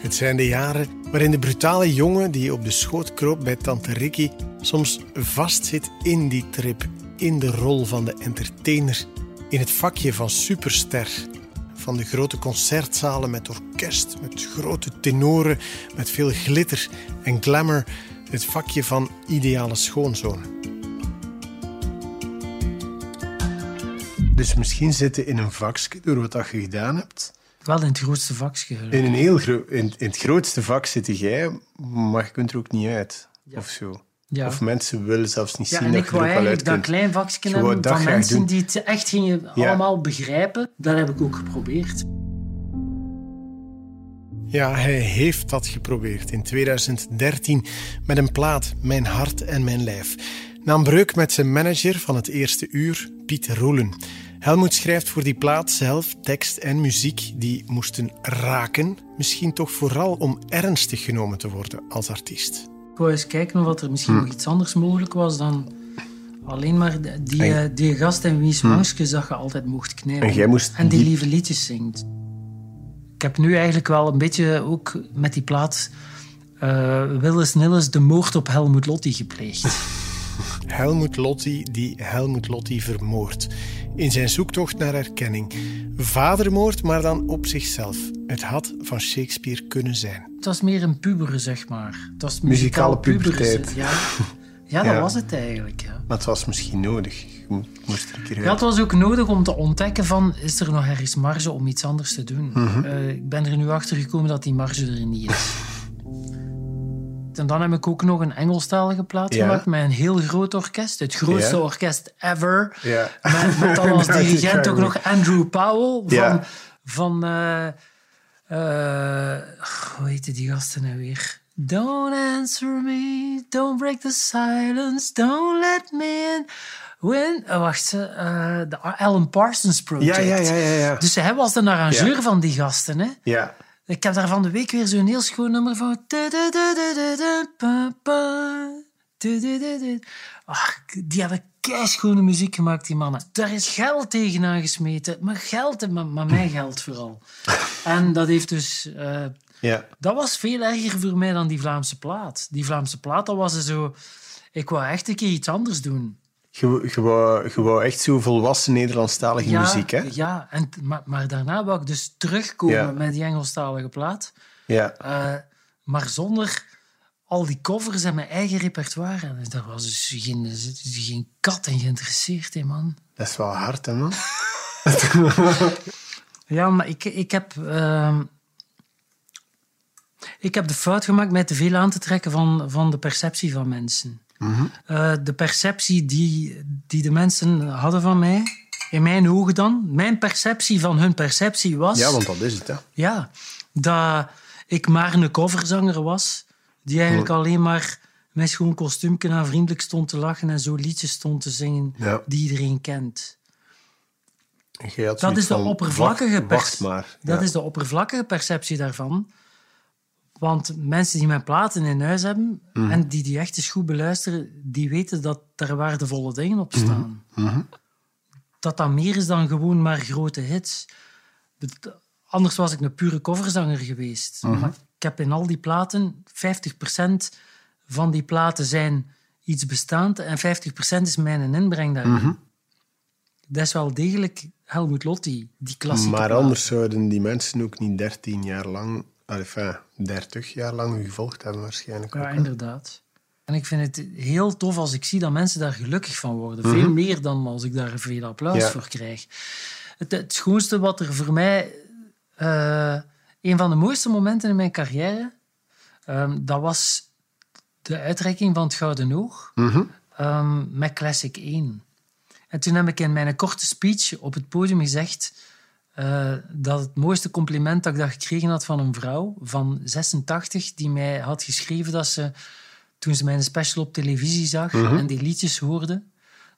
Speaker 3: Het zijn de jaren waarin de brutale jongen die op de schoot kroop bij tante Ricky soms vastzit in die trip, in de rol van de entertainer, in het vakje van superster. Van de grote concertzalen met orkest, met grote tenoren, met veel glitter en glamour, het vakje van ideale schoonzoon.
Speaker 1: Dus misschien zitten in een vakje door wat dat je gedaan hebt.
Speaker 2: Wel in het grootste vakje. gelukkig.
Speaker 1: In, een heel gro- in, in het grootste vak zit jij, maar je kunt er ook niet uit. Of zo.
Speaker 2: Ja.
Speaker 1: Of mensen willen zelfs niet
Speaker 2: Ja,
Speaker 1: zien
Speaker 2: en
Speaker 1: dat
Speaker 2: ik
Speaker 1: je er
Speaker 2: wou
Speaker 1: ook wel uit
Speaker 2: eigenlijk dat
Speaker 1: kunt.
Speaker 2: klein vakje
Speaker 1: Je wou
Speaker 2: hebben
Speaker 1: dat
Speaker 2: van
Speaker 1: graag
Speaker 2: mensen
Speaker 1: doen.
Speaker 2: die het echt gingen
Speaker 1: Ja.
Speaker 2: allemaal begrijpen. Dat heb ik ook geprobeerd.
Speaker 3: Ja, hij heeft dat geprobeerd in 2013 met een plaat Mijn Hart en Mijn Lijf. Na een breuk met zijn manager van het eerste uur, Piet Roelen. Helmoet schrijft voor die plaat zelf tekst en muziek die moesten raken. Misschien toch vooral om ernstig genomen te worden als artiest.
Speaker 2: Ik wou eens kijken of er misschien
Speaker 1: Mhm.
Speaker 2: nog iets anders mogelijk was dan alleen maar de- die,
Speaker 1: En-
Speaker 2: eh, die gast en
Speaker 1: Mhm.
Speaker 2: wiens mangsjes dat je altijd mocht knijpen.
Speaker 1: En jij moest
Speaker 2: En die
Speaker 1: diep-
Speaker 2: lieve liedjes zingt. Ik heb nu eigenlijk wel een beetje ook met die plaat eh Willis Nillis de moord op Helmut Lotti
Speaker 1: [laughs]
Speaker 2: gepleegd.
Speaker 3: Helmut Lotti die Helmut Lotti vermoordt. In zijn zoektocht naar erkenning. Vadermoord, maar dan op zichzelf. Het had van Shakespeare kunnen zijn.
Speaker 2: het was meer een puberen, zeg maar. Het was
Speaker 1: Muzikale
Speaker 2: muzikaal puberen,
Speaker 1: puberteit.
Speaker 2: Ja. ja, dat
Speaker 1: [laughs] Ja.
Speaker 2: was het eigenlijk. Ja.
Speaker 1: Maar het was misschien nodig. Je mo- moest er een keer
Speaker 2: Ja,
Speaker 1: uit.
Speaker 2: het was ook nodig om te ontdekken van, is er nog ergens marge om iets anders te doen?
Speaker 1: Mhm.
Speaker 2: Eh, ik ben er nu achter gekomen dat die marge er niet is. en dan heb ik ook nog een Engelstalige plaat
Speaker 1: Ja.
Speaker 2: gemaakt met een heel groot orkest. Het grootste
Speaker 1: Ja.
Speaker 2: orkest ever.
Speaker 1: Ja.
Speaker 2: Met,
Speaker 1: [laughs]
Speaker 2: met dan als
Speaker 1: Dat is
Speaker 2: dirigent ook
Speaker 1: waar.
Speaker 2: nog Andrew Powell van...
Speaker 1: Ja.
Speaker 2: van eh, eh, hoe heette die gasten nou weer? Don't answer me, don't break the silence, don't let me in. When, oh, wacht, ze, eh, de Alan Parsons Project.
Speaker 1: Ja, ja, ja, ja, ja.
Speaker 2: Dus hij was de arrangeur
Speaker 1: Ja.
Speaker 2: van die gasten, hè?
Speaker 1: Ja.
Speaker 2: Ik heb daar van de week weer zo'n heel schoon nummer van. Ach, die hebben keischone muziek gemaakt, die mannen. Daar is geld tegen aangesmeten. Maar geld, en maar, maar mijn geld
Speaker 1: [laughs]
Speaker 2: vooral. En dat heeft dus... eh,
Speaker 1: ja.
Speaker 2: dat was veel erger voor mij dan die Vlaamse plaat. Die Vlaamse plaat, dat was zo... Ik wou echt een keer iets anders doen.
Speaker 1: Je, je, wou, je wou echt zo volwassen Nederlandstalige
Speaker 2: ja,
Speaker 1: muziek, hè?
Speaker 2: Ja, en, maar, maar daarna wou ik dus terugkomen
Speaker 1: Ja.
Speaker 2: met die Engelstalige plaat.
Speaker 1: Ja.
Speaker 2: Eh, maar zonder al die covers en mijn eigen repertoire. En daar was dus geen, er zit dus geen kat in geïnteresseerd, hè, man.
Speaker 1: Dat is wel hard, hè, man?
Speaker 2: Ja, maar ik, ik heb... ehm, ik heb de fout gemaakt mij te veel aan te trekken van, van de perceptie van mensen. Eh, de perceptie die, die de mensen hadden van mij, in mijn ogen dan, mijn perceptie van hun perceptie was...
Speaker 1: Ja, want dat is het, hè?
Speaker 2: Ja, dat ik maar een coverzanger was, die eigenlijk alleen maar met schoon kostuumje aan vriendelijk stond te lachen en zo liedjes stond te zingen
Speaker 1: Ja.
Speaker 2: die iedereen kent.
Speaker 1: En jij had
Speaker 2: Dat
Speaker 1: zoiets
Speaker 2: is de
Speaker 1: van,
Speaker 2: oppervlakkige
Speaker 1: wacht,
Speaker 2: pers-
Speaker 1: wacht maar.
Speaker 2: Dat
Speaker 1: Ja.
Speaker 2: is de oppervlakkige perceptie daarvan. Want mensen die mijn platen in huis hebben en die die echt eens goed beluisteren, die weten dat er waardevolle dingen op staan. Dat dat meer is dan gewoon maar grote hits. Bet- Anders was ik een pure coverzanger geweest. Maar ik heb in al die platen, 50% van die platen zijn iets bestaand en 50% is mijn inbreng daarin. Dat is wel degelijk Helmut Lotti, die klassieke
Speaker 1: Maar
Speaker 2: plaat.
Speaker 1: anders zouden die mensen ook niet 13 jaar lang, enfin, 30 jaar lang u gevolgd hebben waarschijnlijk.
Speaker 2: Ja,
Speaker 1: ook, hè.
Speaker 2: inderdaad. En ik vind het heel tof als ik zie dat mensen daar gelukkig van worden. Veel meer dan als ik daar veel applaus
Speaker 1: Mhm. Ja.
Speaker 2: voor krijg. Het, het schoonste wat er voor mij... eh, een van de mooiste momenten in mijn carrière... ehm, dat was de uitreiking van het Gouden Oog
Speaker 1: Mhm.
Speaker 2: ehm, met Classic 1. En toen heb ik in mijn korte speech op het podium gezegd eh, dat het mooiste compliment dat ik dat gekregen had van een vrouw van 86 die mij had geschreven dat ze toen ze mijn special op televisie zag en die liedjes hoorde,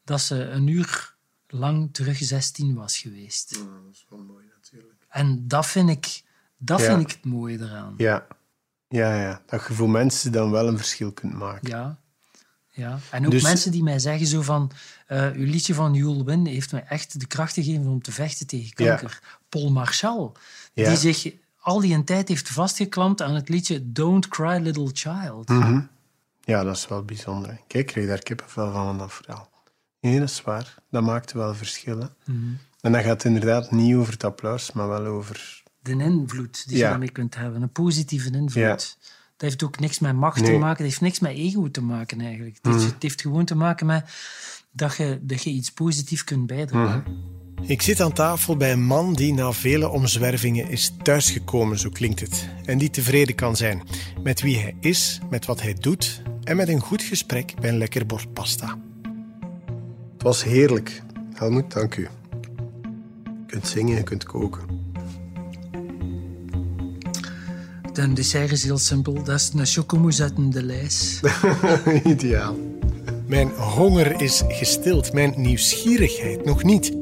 Speaker 2: dat ze een uur lang terug 16 was geweest.
Speaker 1: Dat is wel mooi natuurlijk.
Speaker 2: En dat vind ik, dat
Speaker 1: Ja.
Speaker 2: vind ik het mooie eraan.
Speaker 1: Ja. Ja, ja, dat je voor mensen dan wel een verschil kunt maken.
Speaker 2: Ja. ja. En ook
Speaker 1: Dus-
Speaker 2: mensen die mij zeggen zo van... eh uw liedje van Jules Win heeft mij echt de kracht gegeven om te vechten tegen
Speaker 1: Ja.
Speaker 2: kanker. Paul Marchal,
Speaker 1: Ja.
Speaker 2: die zich al die een tijd heeft vastgeklampt aan het liedje Don't Cry Little Child.
Speaker 1: Mhm. Ja, dat is wel bijzonder. hè. Kijk, ik kreeg daar kippenvel van van dat verhaal. Nee, dat is waar. Dat maakt wel verschillen.
Speaker 2: Mhm.
Speaker 1: En dat gaat inderdaad niet over het applaus, maar wel over...
Speaker 2: De invloed die
Speaker 1: Ja.
Speaker 2: je daarmee kunt hebben. Een positieve invloed.
Speaker 1: Ja.
Speaker 2: Dat heeft ook niks met macht
Speaker 1: Nee. Hm.
Speaker 2: te maken. Dat heeft niks met ego te maken eigenlijk. Het, heeft, het heeft gewoon te maken met dat je, dat je iets positiefs kunt bijdragen.
Speaker 3: Ik zit aan tafel bij een man die na vele omzwervingen is thuisgekomen, zo klinkt het. En die tevreden kan zijn met wie hij is, met wat hij doet en met een goed gesprek bij een lekker bord pasta.
Speaker 1: Het was heerlijk. Helmoet, dank u. Je kunt zingen, je kunt koken. [laughs] Hm.
Speaker 2: De dessert is heel simpel. Dat is een chocomousse uit een Delijs.
Speaker 1: Ideaal.
Speaker 3: Mijn honger is gestild, mijn nieuwsgierigheid nog niet.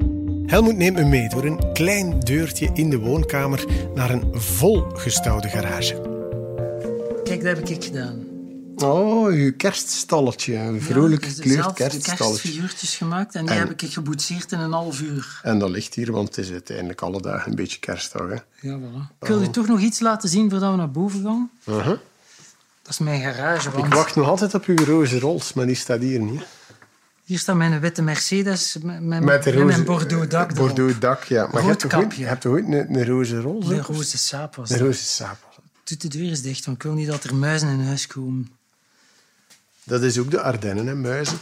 Speaker 3: Helmoet neemt me mee door een klein deurtje in de woonkamer naar een volgestouwde garage.
Speaker 2: Kijk, dat heb ik gedaan.
Speaker 1: Oh, uw kerststalletje. Een vrolijk
Speaker 2: Ja, dus
Speaker 1: gekleurd
Speaker 2: zelf
Speaker 1: kerststalletje.
Speaker 2: kerstfiguurtjes gemaakt en die
Speaker 1: En-
Speaker 2: heb ik geboetseerd in een half uur.
Speaker 1: En dat ligt hier, want het is uiteindelijk alle dagen een beetje kerstdag. Hè?
Speaker 2: Ja, voilà. Ik wil u toch nog iets laten zien voordat we naar boven gaan.
Speaker 1: Ah. Uh-huh.
Speaker 2: Dat is mijn garage, want
Speaker 1: Ik wacht nog altijd op uw roze rols, maar die staat hier niet.
Speaker 2: hier staat mijn witte Mercedes met, met,
Speaker 1: Met de
Speaker 2: en
Speaker 1: roze,
Speaker 2: mijn Bordeaux dak erop.
Speaker 1: Bordeaux dak, ja. Maar je hebt, toch
Speaker 2: Roodkapje.
Speaker 1: ooit, je hebt toch ooit een, een roze rol?
Speaker 2: De roze saap was
Speaker 1: Een
Speaker 2: dat.
Speaker 1: roze sapel.
Speaker 2: Doet de deur eens dicht, want ik wil niet dat er muizen in huis komen.
Speaker 1: Dat is ook de Ardennen en muizen.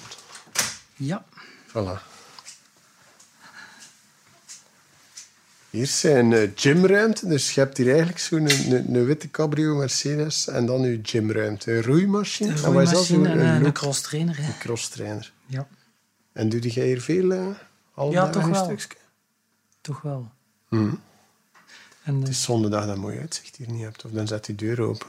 Speaker 2: Ja,
Speaker 1: Voilà. Hier zijn eh, gymruimte. Dus je hebt hier eigenlijk zo'n een, een, een witte cabrio Mercedes en dan uw gymruimte. Een roeimachine.
Speaker 2: een
Speaker 1: En wat is dat?
Speaker 2: roeimachine en een,
Speaker 1: loop-
Speaker 2: cross trainer. Hè.
Speaker 1: een crosstrainer.
Speaker 2: Ja,
Speaker 1: En doe jij hier veel eh alle
Speaker 2: Ja,
Speaker 1: dagen
Speaker 2: toch
Speaker 1: een
Speaker 2: wel.
Speaker 1: stukje?
Speaker 2: toch wel.
Speaker 1: Mhm.
Speaker 2: En, eh,
Speaker 1: Het is zondag dat je dat mooi uitzicht hier niet hebt. Of dan zet die deur open.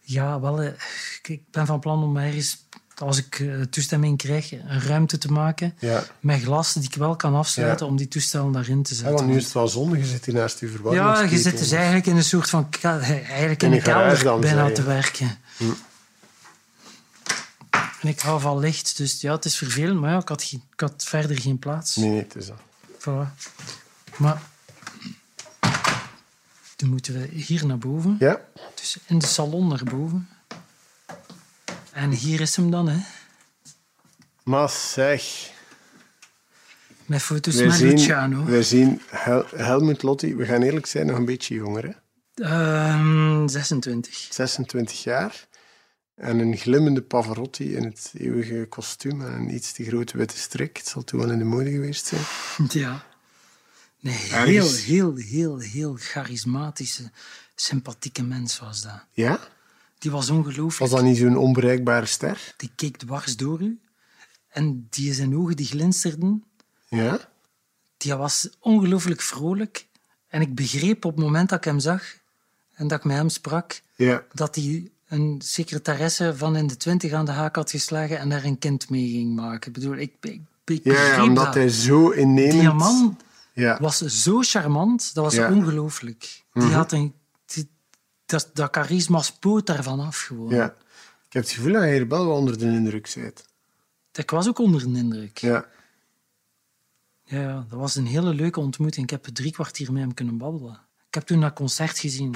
Speaker 2: Ja, wel. eh, ik- Ik ben van plan om ergens, als ik eh, toestemming krijg, een ruimte te maken
Speaker 1: Ja.
Speaker 2: met glas die ik wel kan afsluiten om die toestellen daarin te
Speaker 1: Ja,
Speaker 2: zetten.
Speaker 1: want nu is het wel zondag. Je zit hier naast uw
Speaker 2: ja,
Speaker 1: verwarmingsketen.
Speaker 2: je zit dus eigenlijk in een soort van ka- eh, eigenlijk in,
Speaker 1: In
Speaker 2: een
Speaker 1: een garage
Speaker 2: kelder
Speaker 1: dan, zei
Speaker 2: bijna
Speaker 1: je. Hm.
Speaker 2: te werken. En ik hou van licht, dus ja, het is vervelend, maar ja, ik had, geen- ik had verder geen plaats.
Speaker 1: Nee, nee, het is dat.
Speaker 2: Voilà. Maar dan moeten we hier naar boven.
Speaker 1: Ja?
Speaker 2: Dus in de salon naar boven. En hier is hem dan, hè.
Speaker 1: Maar zeg...
Speaker 2: Met foto's
Speaker 1: We
Speaker 2: met
Speaker 1: zien,
Speaker 2: Luciano.
Speaker 1: we zien Hel- Helmut Lotti, we gaan eerlijk zijn, nog een beetje jonger. Hè?
Speaker 2: Ehm, 26.
Speaker 1: 26 jaar. En een glimmende Pavarotti in het eeuwige kostuum en een iets te grote witte strik. Het zal toen wel in de mode geweest zijn.
Speaker 2: [laughs] Ja. Nee, heel,
Speaker 1: Ergens.
Speaker 2: heel, heel, heel charismatische, sympathieke mens was dat.
Speaker 1: Ja?
Speaker 2: Die was
Speaker 1: Was
Speaker 2: ongelooflijk.
Speaker 1: dat niet zo'n onbereikbare ster?
Speaker 2: Die keek dwars door u. En die zijn ogen die glinsterden.
Speaker 1: Ja?
Speaker 2: Die was ongelooflijk vrolijk. En ik begreep op het moment dat ik hem zag en dat ik met hem sprak,
Speaker 1: Ja.
Speaker 2: dat hij een secretaresse van in de twintig aan de haak had geslagen en daar een kind mee ging maken. Ik bedoel, ik, ik, ik
Speaker 1: Ja, ja,
Speaker 2: begreep
Speaker 1: omdat
Speaker 2: dat.
Speaker 1: hij zo innemend...
Speaker 2: Die man
Speaker 1: Ja.
Speaker 2: was zo charmant, dat was
Speaker 1: Ja.
Speaker 2: ongelooflijk. Die
Speaker 1: Mhm.
Speaker 2: had een... die- dat, dat charisma spoot daarvan af gewoon.
Speaker 1: Ja. Ik heb het gevoel dat je hier wel wat onder de indruk bent.
Speaker 2: Ik was ook onder een indruk. Ja.
Speaker 1: Ja.
Speaker 2: ja, dat was een hele leuke ontmoeting. Ik heb drie kwartier met hem kunnen babbelen. Ik heb toen dat concert gezien.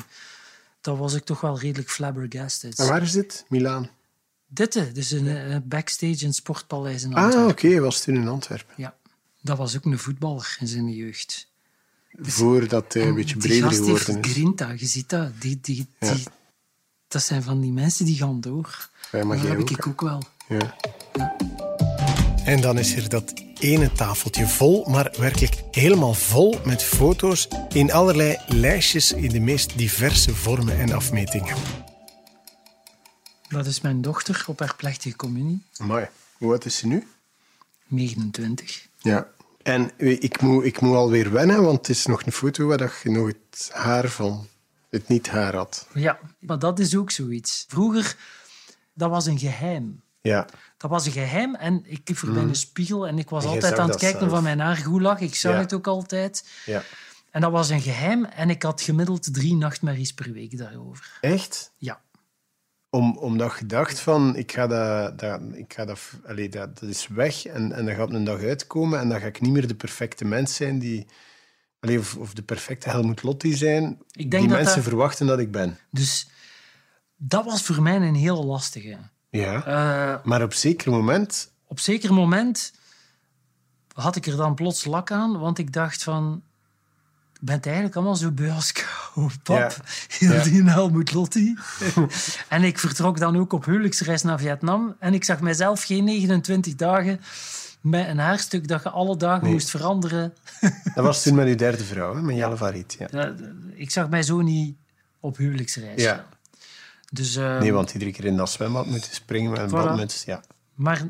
Speaker 2: Dat was ik toch wel redelijk flabbergasted.
Speaker 1: En waar is dit? Milaan.
Speaker 2: Dit eh, dus een eh, backstage in het Sportpaleis in
Speaker 1: Ah,
Speaker 2: Antwerpen.
Speaker 1: oké. je was toen in Antwerpen.
Speaker 2: Ja, dat was ook een voetballer in zijn jeugd.
Speaker 1: Voordat hij een beetje breder
Speaker 2: die gast
Speaker 1: geworden
Speaker 2: heeft
Speaker 1: is.
Speaker 2: grinta, je ziet dat. Die, die,
Speaker 1: Ja.
Speaker 2: die, dat zijn van die mensen die gaan door.
Speaker 1: Ja, maar
Speaker 2: dat
Speaker 1: jij
Speaker 2: heb
Speaker 1: ook,
Speaker 2: ik ook wel.
Speaker 1: Ja.
Speaker 3: En dan is er dat ene tafeltje vol, maar werkelijk helemaal vol met foto's in allerlei lijstjes in de meest diverse vormen en afmetingen.
Speaker 2: Dat is mijn dochter op haar plechtige communie,
Speaker 1: Mooi. Hoe oud is ze nu?
Speaker 2: 29.
Speaker 1: Ja. En we- Eh, ik moet, ik moet alweer wennen, want het is nog een foto waar dat je nog het haar van het niet-haar had.
Speaker 2: Ja, maar dat is ook zoiets. Vroeger, dat was een geheim.
Speaker 1: Ja.
Speaker 2: Dat was een geheim en ik liep voor bij een spiegel en ik was
Speaker 1: Mhm. En jij
Speaker 2: altijd
Speaker 1: zag
Speaker 2: aan
Speaker 1: dat
Speaker 2: het kijken
Speaker 1: zelf.
Speaker 2: van mijn haar goed lag. Ik zag
Speaker 1: Ja.
Speaker 2: het ook altijd.
Speaker 1: ja.
Speaker 2: En dat was een geheim en ik had gemiddeld drie nachtmerries per week daarover.
Speaker 1: Echt?
Speaker 2: Ja.
Speaker 1: Om, omdat je dacht van, ik ga dat, dat, ik ga dat, allee, dat, dat is weg en, en dat gaat op een dag uitkomen en dan ga ik niet meer de perfecte mens zijn die... Allee, of, of de perfecte Helmut Lotti zijn, die
Speaker 2: denk dat
Speaker 1: mensen
Speaker 2: dat-
Speaker 1: verwachten dat ik ben.
Speaker 2: Dus dat was voor mij een heel lastige.
Speaker 1: Ja.
Speaker 2: Eh,
Speaker 1: Maar op zeker moment...
Speaker 2: op zeker moment had ik er dan plots lak aan, want ik dacht van... Ik ben het eigenlijk allemaal zo beu als kou, pap.
Speaker 1: Ja.
Speaker 2: [laughs] Heel
Speaker 1: Ja.
Speaker 2: die Helmoet Lotti. [laughs] en ik vertrok dan ook op huwelijksreis naar Vietnam. En ik zag mezelf geen 29 dagen met een haarstuk dat je alle dagen
Speaker 1: Nee.
Speaker 2: moest veranderen.
Speaker 1: Dat was toen met uw derde vrouw, hè, met Jelle Variet. Ja.
Speaker 2: Eh, Ik zag mij zo niet op huwelijksreis.
Speaker 1: ja.
Speaker 2: Dus, eh,
Speaker 1: Nee, want iedere keer in dat zwembad moeten springen met een
Speaker 2: Voilà.
Speaker 1: badmuts. Ja.
Speaker 2: Maar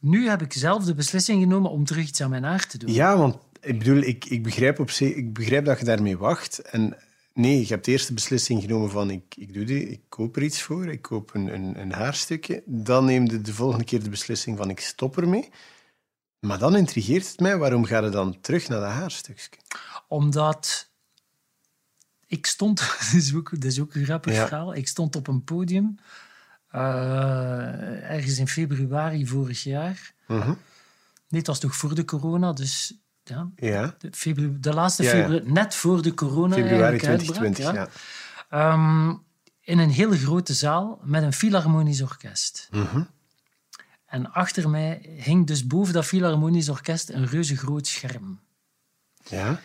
Speaker 2: nu heb ik zelf de beslissing genomen om terug iets aan mijn haar te doen.
Speaker 1: ja, want ik bedoel, ik, ik, begrijp op zich, ik begrijp dat je daarmee wacht. En nee, je hebt eerst de beslissing genomen van ik, ik doe dit, ik koop er iets voor, ik koop een, een, een haarstukje. Dan neem je de volgende keer de beslissing van ik stop ermee. Maar dan intrigeert het mij, waarom ga je dan terug naar dat haarstukje?
Speaker 2: Omdat ik stond, [laughs] dat is ook, dat is ook een grappig
Speaker 1: Ja.
Speaker 2: verhaal, ik stond op een podium eh, ergens in februari vorig jaar.
Speaker 1: Mhm.
Speaker 2: Nee, het was nog voor de corona, dus ja,
Speaker 1: Ja,
Speaker 2: de, febru- de laatste
Speaker 1: Ja, ja.
Speaker 2: februari, net voor de corona
Speaker 1: februari
Speaker 2: eigenlijk uitbraak,
Speaker 1: 2020. Ja.
Speaker 2: Ehm, in een hele grote zaal met een filharmonisch orkest.
Speaker 1: Mhm.
Speaker 2: En achter mij hing dus boven dat filharmonisch orkest een reuze groot scherm.
Speaker 1: Ja.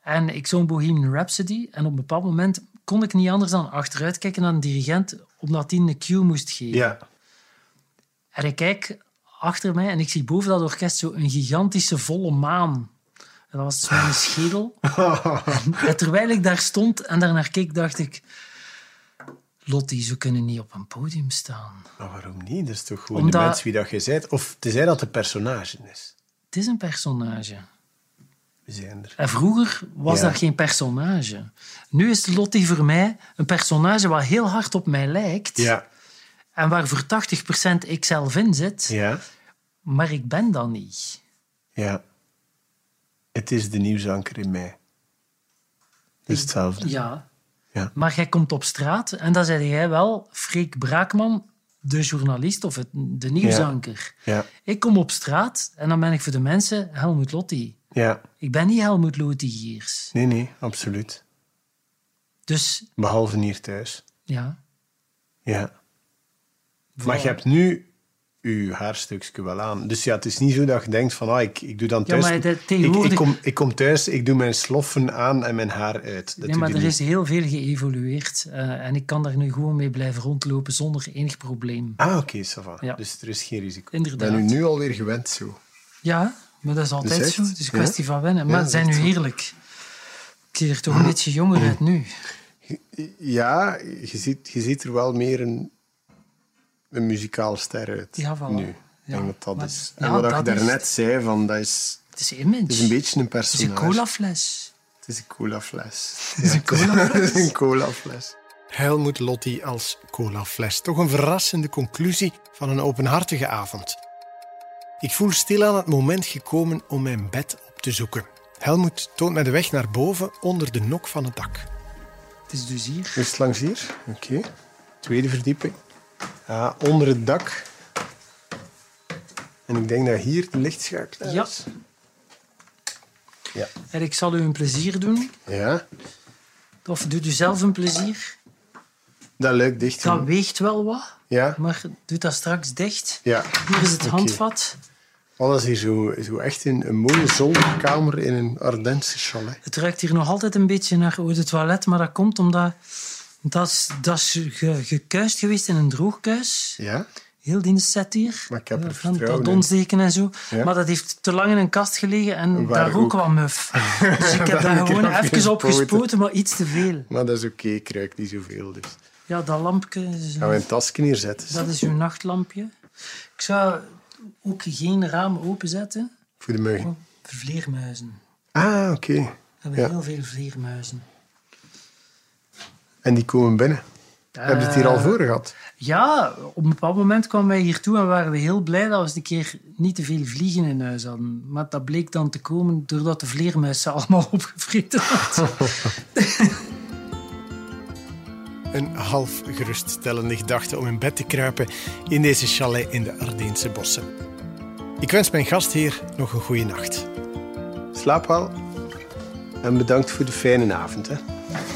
Speaker 2: En ik zong Bohemian Rhapsody. En op een bepaald moment kon ik niet anders dan achteruit kijken naar een dirigent, omdat hij een cue moest geven.
Speaker 1: [laughs] Ja.
Speaker 2: En ik kijk achter mij en ik zie boven dat orkest zo een gigantische volle maan. En dat was dus mijn schedel. En terwijl ik daar stond en daarnaar keek, dacht ik... Lottie, ze kunnen niet op een podium staan.
Speaker 1: Maar waarom niet? Dat is toch gewoon
Speaker 2: Omdat-
Speaker 1: de mens wie dat je bent? Of tenzij dat de personage is.
Speaker 2: Het is een personage.
Speaker 1: We zijn er.
Speaker 2: En vroeger was
Speaker 1: Ja.
Speaker 2: dat geen personage. Nu is Lottie voor mij een personage wat heel hard op mij lijkt.
Speaker 1: Ja.
Speaker 2: En waar voor 80% ik zelf in zit,
Speaker 1: Ja.
Speaker 2: maar ik ben dat niet.
Speaker 1: Ja. Het is de nieuwsanker in mij. Het is hetzelfde.
Speaker 2: Ja.
Speaker 1: Ja.
Speaker 2: Maar jij komt op straat en dan zei jij wel, Freek Braakman, de journalist of het, de nieuwsanker.
Speaker 1: Ja.
Speaker 2: Ik kom op straat en dan ben ik voor de mensen Helmut Lotti.
Speaker 1: Ja.
Speaker 2: Ik ben niet Helmut Lotti Giers.
Speaker 1: Nee, nee, absoluut.
Speaker 2: Dus
Speaker 1: Behalve hier thuis.
Speaker 2: ja.
Speaker 1: Ja. Maar je hebt nu je haarstukje wel aan. Dus ja, het is niet zo dat je denkt van, ah, ik, ik doe dan
Speaker 2: Ja,
Speaker 1: thuis...
Speaker 2: maar de-
Speaker 1: ik,
Speaker 2: tegenwoordig-
Speaker 1: ik, kom, ik kom thuis, ik doe mijn sloffen aan en mijn haar uit. Dat
Speaker 2: Nee, maar
Speaker 1: doe je
Speaker 2: er is heel veel geëvolueerd eh, en ik kan daar nu gewoon mee blijven rondlopen zonder enig probleem.
Speaker 1: Ah, oké, ça va.
Speaker 2: Ja.
Speaker 1: Dus er is geen risico.
Speaker 2: Inderdaad.
Speaker 1: Ik ben nu nu alweer gewend zo.
Speaker 2: Ja, maar dat is altijd
Speaker 1: echt?
Speaker 2: zo. Het is een
Speaker 1: Ja?
Speaker 2: kwestie van wennen. Maar
Speaker 1: Ja,
Speaker 2: het zijn nu
Speaker 1: echt.
Speaker 2: heerlijk. Ik zie er toch een beetje jonger uit nu.
Speaker 1: Ja, je ziet, je ziet er wel meer een, een muzikaal ster uit.
Speaker 2: Ja, voilà.
Speaker 1: Nu. Ik
Speaker 2: Ja,
Speaker 1: denk dat dat
Speaker 2: maar-
Speaker 1: is.
Speaker 2: ja,
Speaker 1: En wat
Speaker 2: dat
Speaker 1: je
Speaker 2: is-
Speaker 1: daarnet zei, van, dat is,
Speaker 2: Het is image.
Speaker 1: het is een beetje een
Speaker 2: Het is een
Speaker 1: personage.
Speaker 2: colafles.
Speaker 1: Het is een colafles.
Speaker 2: Het is een
Speaker 1: [laughs]
Speaker 2: colafles.
Speaker 1: Het is een colafles.
Speaker 3: Helmoet Lotti als colafles. Toch een verrassende conclusie van een openhartige avond. Ik voel stilaan het moment gekomen om mijn bed op te zoeken. Helmoet toont mij de weg naar boven onder de nok van het dak.
Speaker 2: Het is dus hier.
Speaker 1: Eerst langs hier. Oké. Tweede verdieping. Ja, onder het dak. En ik denk dat hier de lichtschakelaar
Speaker 2: Ja.
Speaker 1: is. Ja.
Speaker 2: En ik zal u een plezier doen.
Speaker 1: Ja.
Speaker 2: Of doet u zelf een plezier.
Speaker 1: Dat leuk dicht.
Speaker 2: Dat
Speaker 1: doen.
Speaker 2: weegt wel wat,
Speaker 1: Ja.
Speaker 2: maar doe dat straks dicht.
Speaker 1: Ja.
Speaker 2: Hier is het
Speaker 1: Oké.
Speaker 2: handvat.
Speaker 1: Alles hier zo, zo echt in een mooie zolderkamer in een Ardense chalet.
Speaker 2: Het ruikt hier nog altijd een beetje naar eau de toilet, maar dat komt omdat dat is, dat is ge- gekuist geweest in een droogkuis.
Speaker 1: Ja.
Speaker 2: Heel die set hier.
Speaker 1: Maar ik heb er
Speaker 2: Van
Speaker 1: vertrouwen
Speaker 2: Dat
Speaker 1: in.
Speaker 2: donsdeken en zo.
Speaker 1: Ja.
Speaker 2: Maar dat heeft te lang in een kast gelegen en
Speaker 1: Waar
Speaker 2: daar rook
Speaker 1: ook.
Speaker 2: wat
Speaker 1: [laughs]
Speaker 2: muf. Dus ik heb
Speaker 1: Daar
Speaker 2: daar
Speaker 1: heb ik
Speaker 2: gewoon
Speaker 1: ook
Speaker 2: even op
Speaker 1: gespoten.
Speaker 2: gespoten, maar iets te veel.
Speaker 1: Maar dat is oké, ik ruik niet zoveel. Dus.
Speaker 2: Ja, dat lampje, is- eh,
Speaker 1: Gaan we een tasje neerzetten?
Speaker 2: dat is uw nachtlampje. Ik zou ook geen raam openzetten.
Speaker 1: Voor de
Speaker 2: Oh.
Speaker 1: muggen.
Speaker 2: Vleermuizen.
Speaker 1: Ah, oké.
Speaker 2: We hebben
Speaker 1: Ja.
Speaker 2: heel veel vleermuizen.
Speaker 1: En die komen binnen. Hebben we het hier al
Speaker 2: Eh,
Speaker 1: voor gehad?
Speaker 2: Ja, op een bepaald moment kwamen wij hier toe en waren we heel blij dat we eens een keer niet te veel vliegen in huis hadden. Maar dat bleek dan te komen doordat de vleermuis ze [laughs] allemaal opgevreten had.
Speaker 3: Een half geruststellende gedachte om in bed te kruipen in deze chalet in de Ardeense bossen. Ik wens mijn gastheer nog een goede nacht.
Speaker 1: Slaap wel. En bedankt voor de fijne avond. Hè.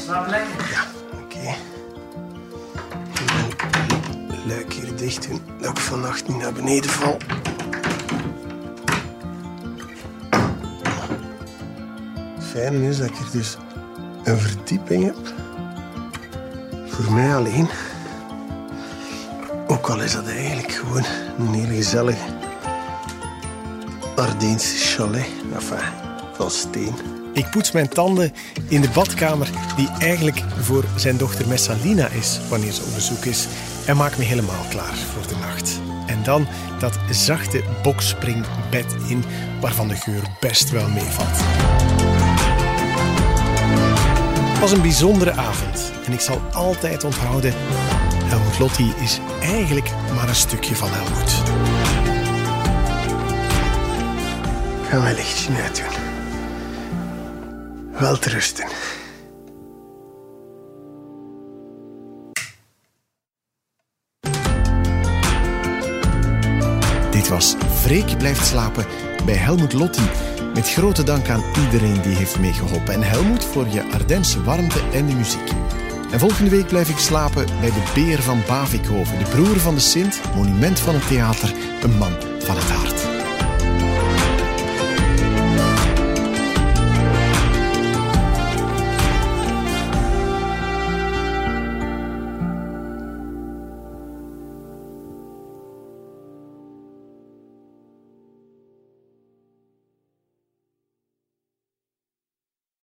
Speaker 2: Slaap lekker.
Speaker 1: Oké. Luik hier dicht doen, dat ik vannacht niet naar beneden val. Het fijne is dat ik hier dus een verdieping heb. Voor mij alleen. Ook al is dat eigenlijk gewoon een hele gezellige Ardeense chalet. Enfin, van steen.
Speaker 3: Ik poets mijn tanden in de badkamer die eigenlijk voor zijn dochter Messalina is wanneer ze op bezoek is en maak me helemaal klaar voor de nacht. En dan dat zachte bokspringbed in waarvan de geur best wel meevalt. Het was een bijzondere avond en ik zal altijd onthouden Helmut Lotti is eigenlijk maar een stukje van Helmut.
Speaker 1: Ik ga mijn lichtje uitdoen. Wel te rusten.
Speaker 3: Dit was Freek blijft slapen bij Helmoet Lotti. Met grote dank aan iedereen die heeft meegeholpen. En Helmoet voor je Ardense warmte en de muziek. En volgende week blijf ik slapen bij de Beer van Bavikhoven, de broer van de Sint, monument van het theater, een man van het hart.